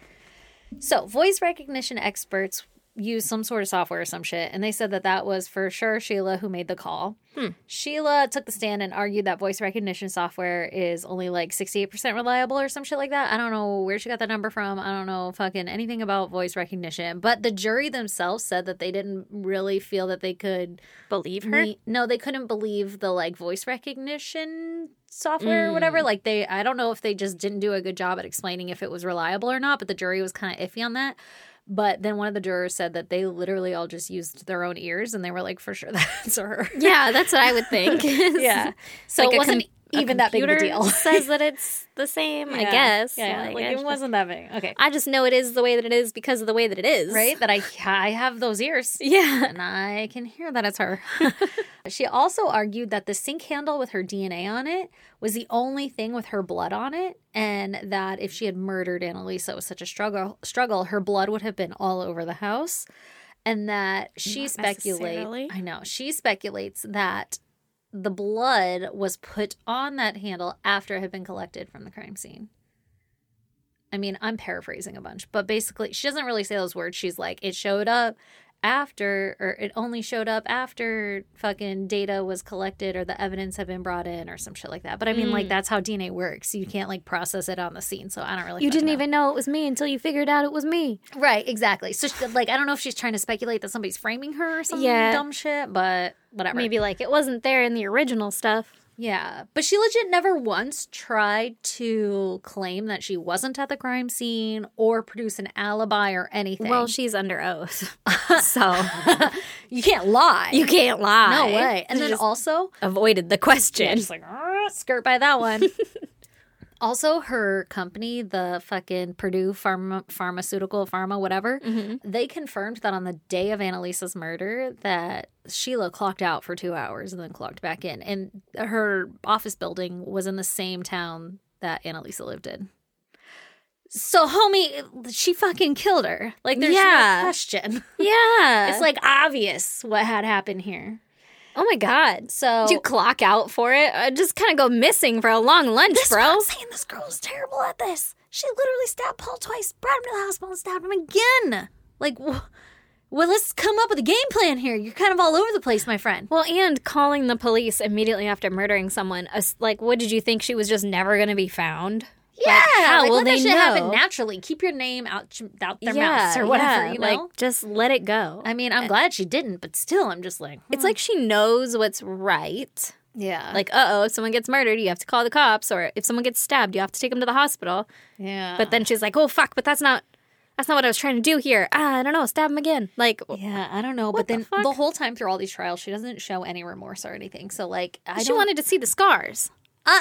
Speaker 2: So, voice recognition experts use some sort of software or some shit, and they said that that was for sure Sheila who made the call.
Speaker 1: Hmm.
Speaker 2: Sheila took the stand and argued that voice recognition software is only like 68% reliable or some shit like that. I don't know where she got that number from. I don't know fucking anything about voice recognition. But the jury themselves said that they didn't really feel that they could
Speaker 1: Believe her.
Speaker 2: me- no, they couldn't believe the like voice recognition software or whatever. Like they, I don't know if they just didn't do a good job at explaining if it was reliable or not. But the jury was kind of iffy on that. But then one of the jurors said that they literally all just used their own ears, and they were like, "For sure, (laughs) that's her."
Speaker 1: Yeah, that's what I would (laughs) think.
Speaker 2: yeah. (laughs) So
Speaker 1: Like
Speaker 2: it
Speaker 1: a
Speaker 2: wasn't
Speaker 1: com- a
Speaker 2: even that big of a
Speaker 1: computer
Speaker 2: deal. (laughs)
Speaker 1: says that it's the same, I
Speaker 2: Yeah.
Speaker 1: guess.
Speaker 2: Yeah,
Speaker 1: Like,
Speaker 2: like
Speaker 1: I
Speaker 2: it
Speaker 1: just-
Speaker 2: wasn't that big. Okay,
Speaker 1: I just know it is the way that it is because of the way that it is.
Speaker 2: right? (laughs) That I I have those ears.
Speaker 1: (laughs) Yeah.
Speaker 2: (laughs) and I can hear that it's her. (laughs) she also argued that the sink handle with her DNA on it was the only thing with her blood on it, and that if she had murdered Annalisa, it was such a struggle. Struggle, her blood would have been all over the house, and that she
Speaker 1: Not necessarily.
Speaker 2: speculates. I know she speculates that the blood was put on that handle after it had been collected from the crime scene. I mean, I'm paraphrasing a bunch, but basically, she doesn't really say those words. She's like, it showed up after, or it only showed up after fucking data was collected or the evidence had been brought in or some shit like that. But I mean,
Speaker 1: Mm.
Speaker 2: like, that's how DNA works. You can't like process it on the scene. So I don't really.
Speaker 1: You didn't
Speaker 2: fucking know.
Speaker 1: even know it was me until you figured out it was me.
Speaker 2: Right, exactly. So, she, like, I don't know if she's trying to speculate that somebody's framing her or some
Speaker 1: Yeah.
Speaker 2: dumb shit, but whatever.
Speaker 1: Maybe like it wasn't there in the original stuff.
Speaker 2: Yeah, but she legit never once tried to claim that she wasn't at the crime scene or produce an alibi or anything.
Speaker 1: Well, she's under oath. (laughs) so
Speaker 2: you can't lie.
Speaker 1: you can't lie.
Speaker 2: no way. And
Speaker 1: You
Speaker 2: then
Speaker 1: just
Speaker 2: also,
Speaker 1: avoided the question.
Speaker 2: just like "Arr, skirt by
Speaker 1: (laughs)
Speaker 2: that one. also, her company, the fucking Purdue Pharma, pharmaceutical pharma, whatever,
Speaker 1: Mm-hmm.
Speaker 2: they confirmed that on the day of Annalisa's murder, that Sheila clocked out for two hours and then clocked back in, and her office building was in the same town that Annalisa lived in. So, homie, she fucking killed her. Like, there's
Speaker 1: Yeah.
Speaker 2: no question.
Speaker 1: (laughs) yeah.
Speaker 2: It's like obvious what had happened here.
Speaker 1: Oh my god.
Speaker 2: So
Speaker 1: Did you clock out for it? I just kind of go missing for a long lunch,
Speaker 2: This is what
Speaker 1: bro.
Speaker 2: I'm saying this girl is terrible at this. She literally stabbed Paul twice, brought him to the hospital, and stabbed him again. Like, wh- well, let's come up with a game plan here. You're kind of all over the place, my friend.
Speaker 1: Well, and calling the police immediately after murdering someone. Us- Like, what did you think? She was just never going to be found?
Speaker 2: Yeah,
Speaker 1: how
Speaker 2: like,
Speaker 1: will
Speaker 2: let
Speaker 1: they
Speaker 2: that shit happen
Speaker 1: know?
Speaker 2: naturally. Keep your name out out their mouths or whatever.
Speaker 1: yeah,
Speaker 2: you know.
Speaker 1: Like, just let it go.
Speaker 2: I mean, I'm glad she didn't, but still, I'm just like, hmm.
Speaker 1: it's like she knows what's right.
Speaker 2: yeah,
Speaker 1: Like, uh oh, if someone gets murdered, you have to call the cops, or if someone gets stabbed, you have to take them to the hospital.
Speaker 2: yeah,
Speaker 1: But then she's like, oh, fuck, but that's not. That's not what I was trying to do here. Ah, I don't know. Stab him again. Like,
Speaker 2: yeah, I don't know. but
Speaker 1: What the
Speaker 2: then the,
Speaker 1: fuck?
Speaker 2: whole time through all these trials, she doesn't show any remorse or anything. So like, I
Speaker 1: she
Speaker 2: don't
Speaker 1: wanted to see the scars.
Speaker 2: Uh,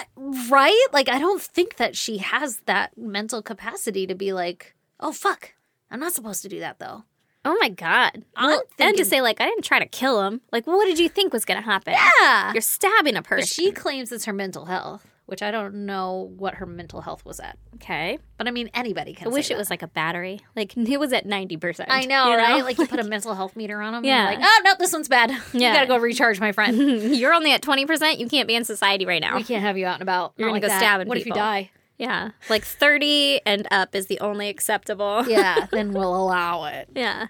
Speaker 2: right? Like, I don't think that she has that mental capacity to be like, oh, fuck, I'm not supposed to do that, though.
Speaker 1: Oh my god!
Speaker 2: I'm
Speaker 1: Well, and to
Speaker 2: thinking-
Speaker 1: say like I didn't try to kill him. Like, what did you think was gonna happen?
Speaker 2: Yeah.
Speaker 1: You're stabbing a person.
Speaker 2: But she claims it's her mental health, which I don't know what her mental health was at.
Speaker 1: okay.
Speaker 2: But I mean, anybody can.
Speaker 1: I wish
Speaker 2: say
Speaker 1: it was like a battery. Like (laughs) it was at ninety percent.
Speaker 2: that. I know,
Speaker 1: (laughs)
Speaker 2: right? (laughs) Like, you put a mental health meter on them.
Speaker 1: Yeah.
Speaker 2: And you're like, oh, no, this one's bad. (laughs) you
Speaker 1: Yeah.
Speaker 2: got to go recharge, my (laughs) friend.
Speaker 1: you're only at twenty percent. You can't be in society right now.
Speaker 2: we can't have you out and about.
Speaker 1: You're
Speaker 2: Not
Speaker 1: gonna
Speaker 2: like
Speaker 1: go
Speaker 2: that.
Speaker 1: stabbing
Speaker 2: What if you
Speaker 1: people.
Speaker 2: (laughs) die?
Speaker 1: Yeah, like thirty and up is the only acceptable.
Speaker 2: Yeah, then we'll allow it.
Speaker 1: (laughs)
Speaker 2: (gasps)
Speaker 1: yeah.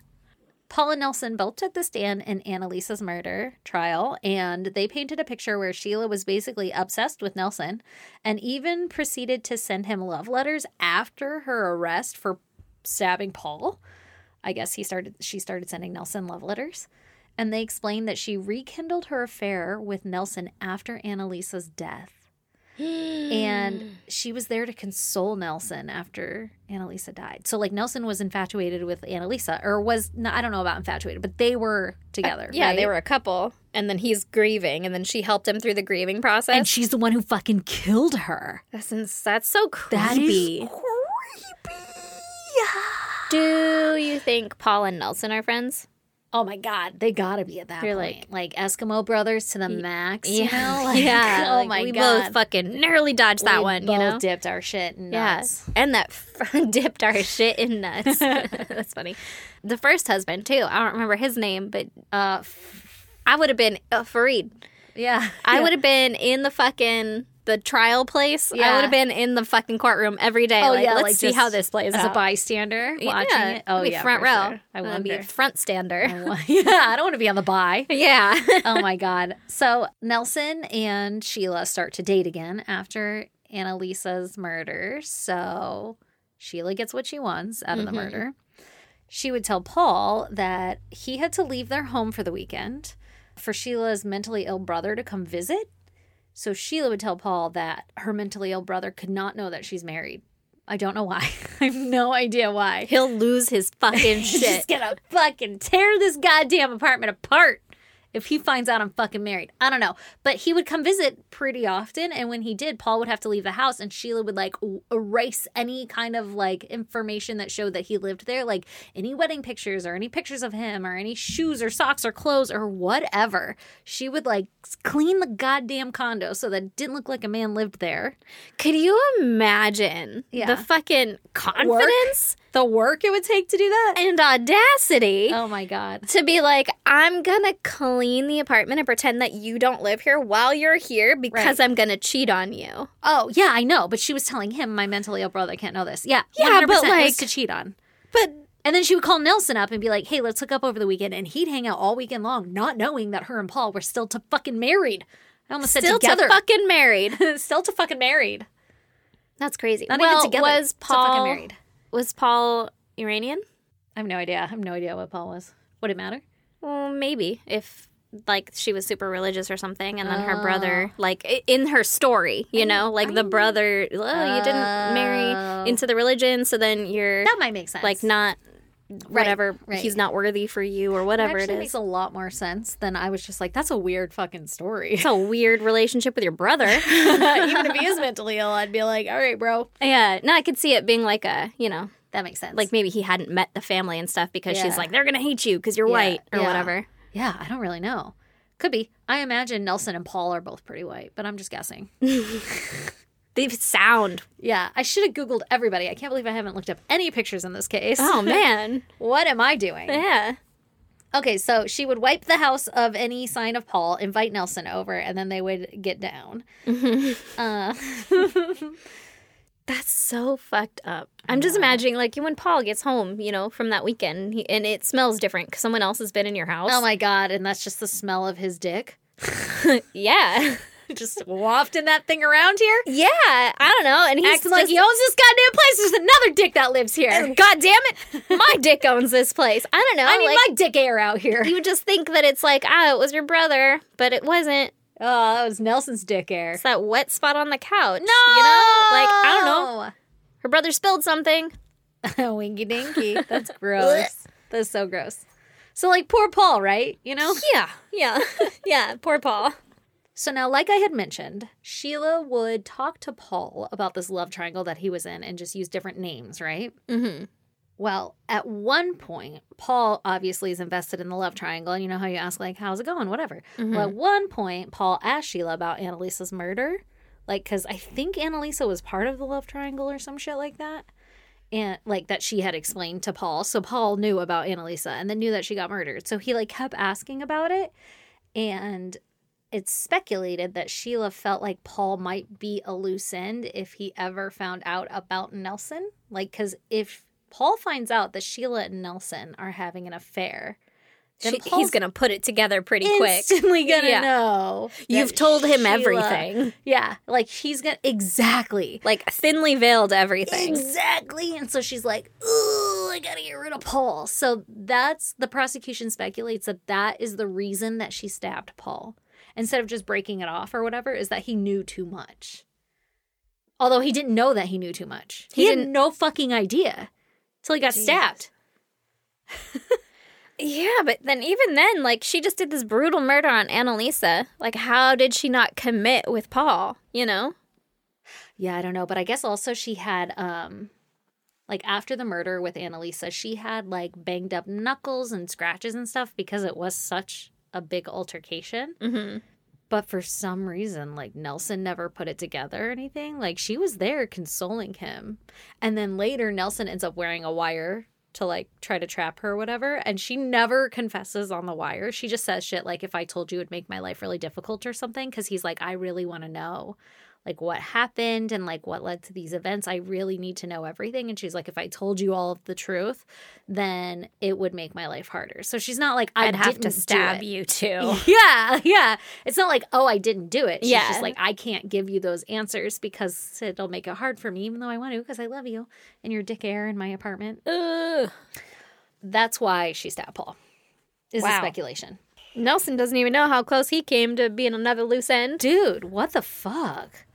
Speaker 2: Paula Nelson both took the stand in Annalisa's murder trial, and they painted a picture where Sheila was basically obsessed with Nelson and even proceeded to send him love letters after her arrest for stabbing Paul. I guess he started she started sending Nelson love letters. And they explained that she rekindled her affair with Nelson after Annalisa's death. And she was there to console Nelson after Annalisa died. So, like, Nelson was infatuated with Annalisa, or was, no, I don't know about infatuated, but they were together.
Speaker 1: Yeah,
Speaker 2: right?
Speaker 1: they were a couple, and then he's grieving, and then she helped him through the grieving process.
Speaker 2: And she's the one who fucking killed her.
Speaker 1: that's, ins- that's so
Speaker 2: That
Speaker 1: creepy.
Speaker 2: is creepy.
Speaker 1: Do you think Paul and Nelson are friends?
Speaker 2: Oh my God, they gotta be at that
Speaker 1: You're
Speaker 2: point. Like, Eskimo brothers to the max, you
Speaker 1: Yeah.
Speaker 2: (laughs) know? Like,
Speaker 1: yeah.
Speaker 2: Oh
Speaker 1: like,
Speaker 2: my
Speaker 1: we
Speaker 2: God.
Speaker 1: both fucking narrowly dodged that
Speaker 2: We
Speaker 1: one, you
Speaker 2: both
Speaker 1: know?
Speaker 2: dipped our shit in nuts.
Speaker 1: Yes. And that (laughs) f- dipped our shit in
Speaker 2: (laughs)
Speaker 1: nuts. (laughs) That's funny. The first husband, too. I don't remember his name, but
Speaker 2: Uh, f-
Speaker 1: I would have been uh, Fareed.
Speaker 2: yeah.
Speaker 1: I would have been in the fucking the trial place. I
Speaker 2: Yeah.
Speaker 1: would have been in the fucking courtroom every day.
Speaker 2: Oh,
Speaker 1: like,
Speaker 2: yeah,
Speaker 1: let's
Speaker 2: like,
Speaker 1: see
Speaker 2: just
Speaker 1: how this plays
Speaker 2: as
Speaker 1: out.
Speaker 2: a bystander
Speaker 1: Yeah,
Speaker 2: watching it. Oh,
Speaker 1: I'd be front
Speaker 2: for
Speaker 1: row.
Speaker 2: sure. I
Speaker 1: I'd be
Speaker 2: wonder.
Speaker 1: a front (laughs) stander.
Speaker 2: Oh, (laughs) yeah, I don't want to be on the buy.
Speaker 1: (laughs) yeah.
Speaker 2: Oh my God. So Nelson and Sheila start to date again after Annalisa's murder. So Sheila gets what she wants out of the murder. She would tell Paul that he had to leave their home for the weekend for Sheila's mentally ill brother to come visit. So Sheila would tell Paul that her mentally ill brother could not know that she's married. I don't know why. (laughs) I have no idea why.
Speaker 1: He'll lose his
Speaker 2: (laughs)
Speaker 1: fucking shit.
Speaker 2: She's gonna fucking tear this goddamn apartment apart if he finds out I'm fucking married. I don't know. But he would come visit pretty often. And when he did, Paul would have to leave the house and Sheila would like w- erase any kind of like information that showed that he lived there, like any wedding pictures or any pictures of him or any shoes or socks or clothes or whatever. She would like s- clean the goddamn condo so that it didn't look like a man lived there.
Speaker 1: Could you imagine
Speaker 2: Yeah.
Speaker 1: the fucking confidence
Speaker 2: The work it would take to do that.
Speaker 1: and audacity
Speaker 2: Oh my God.
Speaker 1: to be like, I'm gonna clean the apartment and pretend that you don't live here while you're here because I'm gonna cheat on you?
Speaker 2: Oh yeah, I know. But she was telling him my mentally ill brother can't know this. Yeah,
Speaker 1: Yeah,
Speaker 2: 100%
Speaker 1: but,
Speaker 2: was
Speaker 1: like-
Speaker 2: to cheat on.
Speaker 1: But
Speaker 2: And then she would call Nelson up and be like, "Hey, let's hook up over the weekend." And he'd hang out all weekend long, not knowing that her and Paul were still to fucking married. I almost
Speaker 1: still
Speaker 2: said together,
Speaker 1: to
Speaker 2: (laughs)
Speaker 1: fucking married.
Speaker 2: still to fucking married.
Speaker 1: That's crazy.
Speaker 2: Not
Speaker 1: well,
Speaker 2: even together.
Speaker 1: was
Speaker 2: Still fucking
Speaker 1: Paul
Speaker 2: married?
Speaker 1: was Paul Iranian?
Speaker 2: I have no idea. I have no idea what Paul was. Would it matter?
Speaker 1: Well, maybe if like she was super religious or something, and then her brother,
Speaker 2: Oh.
Speaker 1: like i- in her story, you know, like the brother, oh, you didn't
Speaker 2: Mm, Oh.
Speaker 1: marry into the religion, so then you're
Speaker 2: That might make sense.
Speaker 1: like not whatever
Speaker 2: right.
Speaker 1: he's not worthy for you or
Speaker 2: That
Speaker 1: whatever it
Speaker 2: actually
Speaker 1: is.
Speaker 2: makes a lot more sense than I was just like, "That's a weird fucking (laughs) story."
Speaker 1: it's a weird relationship with your brother.
Speaker 2: (laughs) Even if he is mentally ill, I'd be like, "All right, bro."
Speaker 1: yeah, no, I could see it being like a you know,
Speaker 2: That makes sense.
Speaker 1: like maybe he hadn't met the family and stuff because
Speaker 2: Yeah.
Speaker 1: she's like they're gonna hate you because you're white or
Speaker 2: yeah.
Speaker 1: whatever.
Speaker 2: Yeah, I don't really know. Could be. I imagine Nelson and Paul are both pretty white, but I'm just guessing.
Speaker 1: They sound.
Speaker 2: (laughs) Yeah, I should have Googled everybody. I can't believe I haven't looked up any pictures in this case.
Speaker 1: Oh man, (laughs)
Speaker 2: What am I doing?
Speaker 1: Oh, yeah.
Speaker 2: Okay, so she would wipe the house of any sign of Paul, invite Nelson over, and then they would
Speaker 1: (laughs)
Speaker 2: get down. Uh,
Speaker 1: That's so fucked up. I'm just imagining, like, when Paul gets home, you know, from that weekend, he, and it smells different because someone else has been in your house.
Speaker 2: oh my god, and that's just the smell of his dick.
Speaker 1: (laughs)
Speaker 2: (laughs)
Speaker 1: yeah.
Speaker 2: just wafting that thing around here.
Speaker 1: Yeah. I don't know. And he's
Speaker 2: Acting like
Speaker 1: just-
Speaker 2: he owns this goddamn place. There's another dick that lives
Speaker 1: (laughs)
Speaker 2: here.
Speaker 1: God
Speaker 2: (laughs)
Speaker 1: damn it. My dick owns this place. I don't know.
Speaker 2: I need
Speaker 1: like,
Speaker 2: my dick air out here. (laughs)
Speaker 1: you would just think that it's like, ah, it was your brother, but it wasn't.
Speaker 2: Oh, that was Nelson's dick air.
Speaker 1: It's that wet spot on the couch. You know? Like, I don't know. Her brother spilled something.
Speaker 2: (laughs) know. Winky dinky.
Speaker 1: (laughs)
Speaker 2: That's gross. That's so gross. So, like, poor Paul, right? You know?
Speaker 1: Yeah. Yeah. (laughs) yeah. Poor Paul.
Speaker 2: So, now, like I had mentioned, Sheila would talk to Paul about this love triangle that he was in and just use different names, right?
Speaker 1: Mm-hmm.
Speaker 2: Well, at one point, Paul obviously is invested in the love triangle. And you know how you ask, like, how's it going? Whatever.
Speaker 1: Mm-hmm.
Speaker 2: Well, at one point, Paul asked Sheila about Annalisa's murder. Like, because I think Annalisa was part of the love triangle or some shit like that. And like that she had explained to Paul. So Paul knew about Annalisa and then knew that she got murdered. So he like kept asking about it. And it's speculated that Sheila felt like Paul might be a loose end if he ever found out about Nelson. Like, because if Paul finds out that Sheila and Nelson are having an affair, then
Speaker 1: She,
Speaker 2: Paul's
Speaker 1: he's going to put it together pretty quick.
Speaker 2: instantly gonna
Speaker 1: Yeah.
Speaker 2: know.
Speaker 1: You've
Speaker 2: that
Speaker 1: told him
Speaker 2: Sheila-
Speaker 1: everything,
Speaker 2: Yeah, like he's gonna exactly.
Speaker 1: like thinly veiled everything.
Speaker 2: Exactly. And so she's like, ooh, I gotta get rid of Paul. So that's the prosecution speculates that that is the reason that she stabbed Paul instead of just breaking it off or whatever, is that he knew too much. Although he didn't know that he knew too much, he,
Speaker 1: He
Speaker 2: had
Speaker 1: didn't-
Speaker 2: no fucking idea till he got
Speaker 1: Jesus.
Speaker 2: stabbed.
Speaker 1: Yeah, but then even then, like she just did this brutal murder on Annalisa. Like, how did she not commit with Paul? You know?
Speaker 2: Yeah, I don't know, but I guess also she had um like after the murder with Annalisa, she had like banged up knuckles and scratches and stuff because it was such a big altercation.
Speaker 1: Mm-hmm.
Speaker 2: But for some reason, like Nelson never put it together or anything. Like she was there consoling him. And then later Nelson ends up wearing a wire to like try to trap her or whatever. And she never confesses on the wire. She just says shit like, if I told you it'd make my life really difficult or something. Cause he's like, I really want to know like what happened and like what led to these events. I really need to know everything. And she's like, if I told you all of the truth, then it would make my life harder. So she's not like, I
Speaker 1: I'd have to
Speaker 2: didn't do it.
Speaker 1: stab you (laughs) too.
Speaker 2: (laughs) Yeah, yeah. It's not like, oh, I didn't do it. She's
Speaker 1: Yeah.
Speaker 2: just like, I can't give you those answers because it'll make it hard for me, even though I want to, because I love you and your dick air in my apartment.
Speaker 1: Ugh.
Speaker 2: That's why she stabbed Paul. Is the
Speaker 1: Wow.
Speaker 2: speculation.
Speaker 1: Nelson doesn't even know how close he came to being another loose end.
Speaker 2: Dude, what the fuck?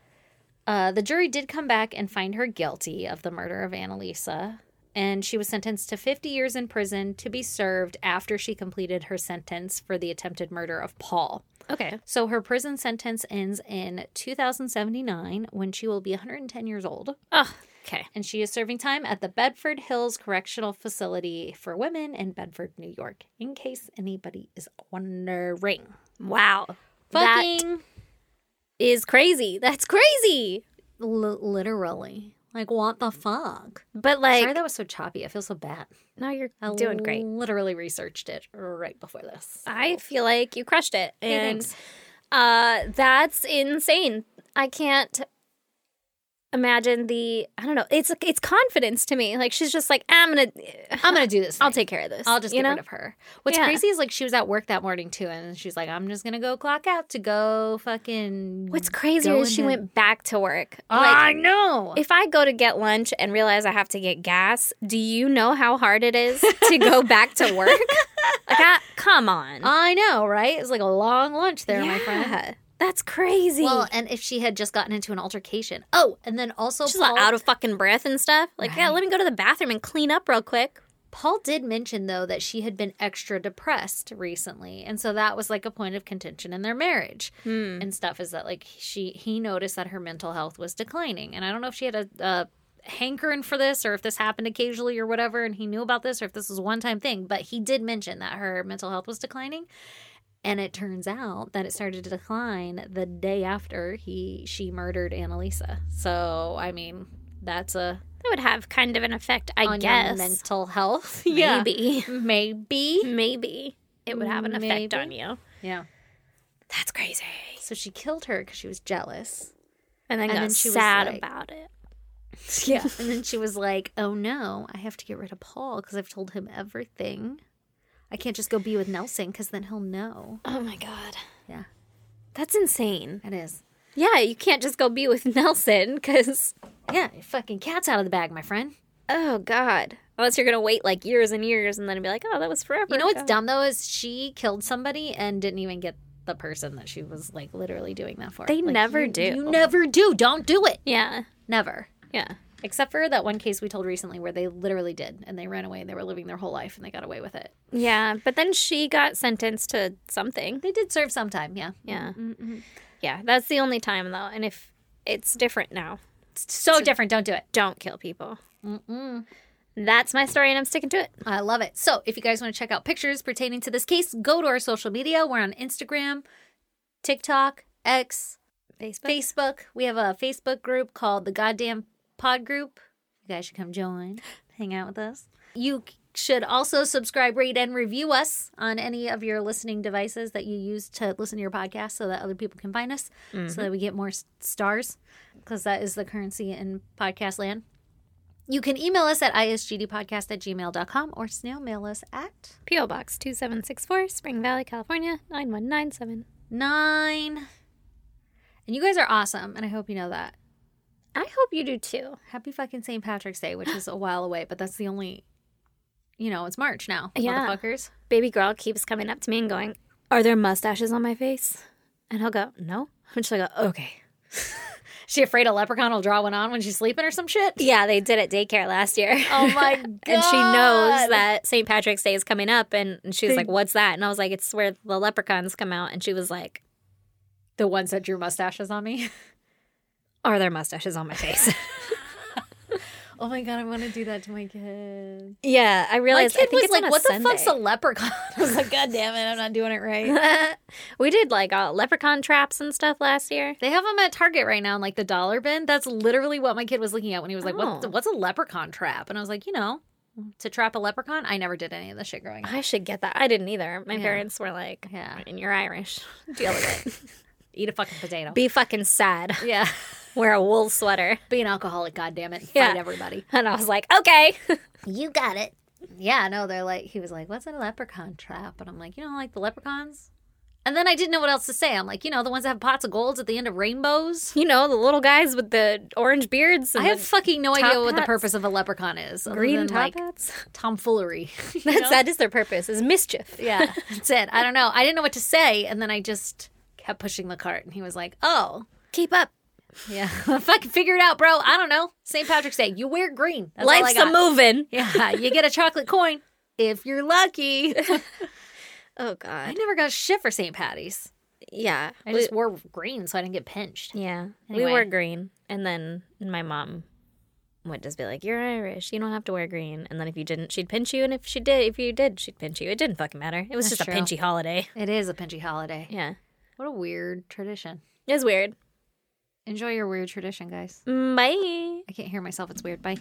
Speaker 2: Uh, the jury did come back and find her guilty of the murder of Annalisa, and she was sentenced to 50 years in prison to be served after she completed her sentence for the attempted murder of Paul.
Speaker 1: Okay.
Speaker 2: So her prison sentence ends in 2079 when she will be 110 years old.
Speaker 1: Oh, okay.
Speaker 2: And she is serving time at the Bedford Hills Correctional Facility for Women in Bedford, New York, in case anybody is wondering.
Speaker 1: Wow. That
Speaker 2: Fucking
Speaker 1: is crazy. That's crazy.
Speaker 2: li- literally. Like, what the fuck?
Speaker 1: But like,
Speaker 2: Sorry that was so choppy. I feel so bad.
Speaker 1: no, you're
Speaker 2: I
Speaker 1: doing great.
Speaker 2: literally researched it right before this.
Speaker 1: I feel like you crushed it. And
Speaker 2: thanks.
Speaker 1: uh that's insane. I can't imagine the I don't know. It's it's confidence to me. Like she's just like I'm going to
Speaker 2: I'm going to do this.
Speaker 1: I'll
Speaker 2: thing.
Speaker 1: take care of this.
Speaker 2: I'll just
Speaker 1: you
Speaker 2: get
Speaker 1: know?
Speaker 2: rid of her. What's
Speaker 1: Yeah.
Speaker 2: crazy is like she was at work that morning too, and she's like, "I'm just gonna go clock out to go fucking."
Speaker 1: What's crazy
Speaker 2: go
Speaker 1: is
Speaker 2: in Ah.
Speaker 1: she
Speaker 2: the-
Speaker 1: went back to work.
Speaker 2: I know.
Speaker 1: if I go to get lunch and realize I have to get gas, do you know how hard it is to
Speaker 2: (laughs)
Speaker 1: go back to work? like, I, come on.
Speaker 2: I know, right? It's like a long lunch Ah, there, my friend.
Speaker 1: Yeah, That's crazy.
Speaker 2: Well, and if she had just gotten into an altercation. Oh, and then also
Speaker 1: she's
Speaker 2: Paul,
Speaker 1: like out of fucking breath and stuff. Like, yeah,
Speaker 2: Right.
Speaker 1: let me go to the bathroom and clean up real quick.
Speaker 2: Paul did mention though that she had been extra depressed recently, and so that was like a point of contention in their marriage and stuff. Is that like she he noticed that her mental health was declining, and I don't know if she had a, a hankering for this or if this happened occasionally or whatever, and he knew about this or if this was a one time thing. But he did mention that her mental health was declining, and it turns out that it started to decline the day after he she murdered Annalisa. So I mean, that's a
Speaker 1: That would have kind of an effect, I (laughs)
Speaker 2: on your (laughs)
Speaker 1: guess.
Speaker 2: mental health,
Speaker 1: Maybe.
Speaker 2: Maybe.
Speaker 1: (laughs) Maybe. it would have an effect
Speaker 2: Maybe.
Speaker 1: on you.
Speaker 2: Yeah.
Speaker 1: That's crazy.
Speaker 2: So she killed her because she was jealous.
Speaker 1: And then
Speaker 2: And
Speaker 1: got
Speaker 2: then she was
Speaker 1: sad
Speaker 2: like-
Speaker 1: about it.
Speaker 2: (laughs) Yeah. and then she was like, oh no, I have to get rid of Paul because I've told him everything. I can't just go be with Nelson because then he'll know.
Speaker 1: Oh my god,
Speaker 2: Yeah,
Speaker 1: that's insane.
Speaker 2: that is.
Speaker 1: Yeah, you can't just go be with (laughs) Nelson because
Speaker 2: Yeah, fucking cat's out of the bag, my friend.
Speaker 1: oh god, unless you're gonna wait like years and years and then be like, oh, that was forever.
Speaker 2: You know what's
Speaker 1: ago.
Speaker 2: dumb though is she killed somebody and didn't even get the person that she was like literally doing that for.
Speaker 1: They
Speaker 2: Like,
Speaker 1: never
Speaker 2: you-
Speaker 1: do.
Speaker 2: You never do. Don't do it.
Speaker 1: Yeah,
Speaker 2: Never.
Speaker 1: yeah.
Speaker 2: Except for that one case we told recently where they literally did and they ran away and they were living their whole life and they got away with it.
Speaker 1: Yeah, but then she got sentenced to something.
Speaker 2: They did serve some time, yeah.
Speaker 1: Yeah. Yeah, that's the only time though. And if it's different now,
Speaker 2: It's so different. Don't do it.
Speaker 1: don't kill people. Mm-mm. That's my story and I'm sticking to it.
Speaker 2: I love it. So, if you guys want to check out pictures pertaining to this case, go to our social media. We're on Instagram, TikTok, X,
Speaker 1: Facebook.
Speaker 2: Facebook. We have a Facebook group called the Goddamn Pod Group. You guys should come join, hang out with us. You c- should also subscribe, rate, and review us on any of your listening devices that you use to listen to your podcast so that other people can find us,
Speaker 1: Mm-hmm.
Speaker 2: so that we get more s- stars, because that is the currency in podcast land. You can email us at isgdpodcast at gmail.com or snail mail us at
Speaker 1: P.O. Box 2764, Spring Valley, California, 9197.
Speaker 2: nine. And you guys are awesome, and I hope you know that.
Speaker 1: I hope you do too.
Speaker 2: Happy fucking St. Patrick's Day, which is a while away, but that's the only, you know, it's March now,
Speaker 1: Yeah.
Speaker 2: motherfuckers.
Speaker 1: Baby girl keeps coming up to me and going, Are there mustaches on my face? And I'll go, No. (laughs) And she'll go, Okay.
Speaker 2: She afraid a leprechaun will draw one on when she's sleeping or some shit?
Speaker 1: Yeah, they did at daycare last year.
Speaker 2: Oh
Speaker 1: (laughs)
Speaker 2: my
Speaker 1: and she
Speaker 2: God.
Speaker 1: knows that St. Patrick's Day is coming up. And, and she was like, What's that? And I was like, It's where the leprechauns come out. And she was like,
Speaker 2: The ones that drew mustaches on me.
Speaker 1: Are there mustaches on my (laughs) face?
Speaker 2: (laughs) Oh my god, I want to do that to my kid.
Speaker 1: yeah, I
Speaker 2: My
Speaker 1: realized. I
Speaker 2: kid
Speaker 1: think
Speaker 2: was
Speaker 1: it's
Speaker 2: like,
Speaker 1: on a
Speaker 2: "What the fuck's a
Speaker 1: Sunday."
Speaker 2: leprechaun?" (laughs) I was like, "God damn it, I'm not doing it right."
Speaker 1: (laughs) we did like uh, leprechaun traps and stuff last year.
Speaker 2: They have them at Target right now in like the dollar bin. That's literally what my kid was looking at when he was like, "What's
Speaker 1: Oh.
Speaker 2: what's a leprechaun trap?" And I was like, "You know, to trap a leprechaun." I never did any of this shit
Speaker 1: (laughs)
Speaker 2: growing up.
Speaker 1: I should get that. I didn't either. My
Speaker 2: Yeah.
Speaker 1: parents were like,
Speaker 2: Yeah.
Speaker 1: and you're (laughs) Irish. Deal with it.
Speaker 2: Eat a fucking potato.
Speaker 1: Be fucking sad. (laughs)
Speaker 2: (laughs) yeah,
Speaker 1: Wear a wool sweater.
Speaker 2: be an alcoholic. God damn it,
Speaker 1: Yeah.
Speaker 2: fight everybody.
Speaker 1: And I was like, okay. (laughs)
Speaker 2: You got it. Yeah, no, they're like, he was like, "What's a leprechaun trap?" And I'm like, "You know, like the leprechauns." And then I didn't know what else to say. I'm like, you know, the ones that have pots of golds at the end
Speaker 1: (laughs)
Speaker 2: of rainbows.
Speaker 1: you know, the little guys with the orange beards and
Speaker 2: I have
Speaker 1: the
Speaker 2: fucking no
Speaker 1: top
Speaker 2: idea what the
Speaker 1: hats?
Speaker 2: purpose of a leprechaun is.
Speaker 1: (laughs)
Speaker 2: other
Speaker 1: green
Speaker 2: than,
Speaker 1: top
Speaker 2: like
Speaker 1: hats.
Speaker 2: tomfoolery. (laughs)
Speaker 1: (laughs)
Speaker 2: You
Speaker 1: That's,
Speaker 2: know?
Speaker 1: That is their purpose, is mischief.
Speaker 2: Yeah, that's it. I don't know. I didn't know what to say, and then I just kept pushing the cart, and he was like, "Oh,
Speaker 1: Keep up.
Speaker 2: yeah, (laughs) fucking figure it out, bro. I don't know. St. Patrick's Day, you wear green. That's all I
Speaker 1: Life's a
Speaker 2: got.
Speaker 1: moving.
Speaker 2: (laughs) Yeah, you get a chocolate coin if
Speaker 1: (laughs)
Speaker 2: you're lucky.
Speaker 1: Oh,
Speaker 2: I
Speaker 1: God.
Speaker 2: never got shit for St. Patty's.
Speaker 1: Yeah.
Speaker 2: I just wore green, so I didn't get pinched.
Speaker 1: Yeah.
Speaker 2: Anyway.
Speaker 1: We wore green. And then my mom would just be like, You're Irish. You don't have to wear green. And then if you didn't, she'd pinch you. And if she did, if you did, she'd pinch you. It didn't fucking matter. It was
Speaker 2: That's
Speaker 1: just a
Speaker 2: true.
Speaker 1: pinchy holiday.
Speaker 2: It is a pinchy holiday.
Speaker 1: Yeah.
Speaker 2: What a weird tradition.
Speaker 1: It was weird. Mm,
Speaker 2: Enjoy your weird tradition, guys.
Speaker 1: Bye.
Speaker 2: I can't hear myself. It's weird. Bye.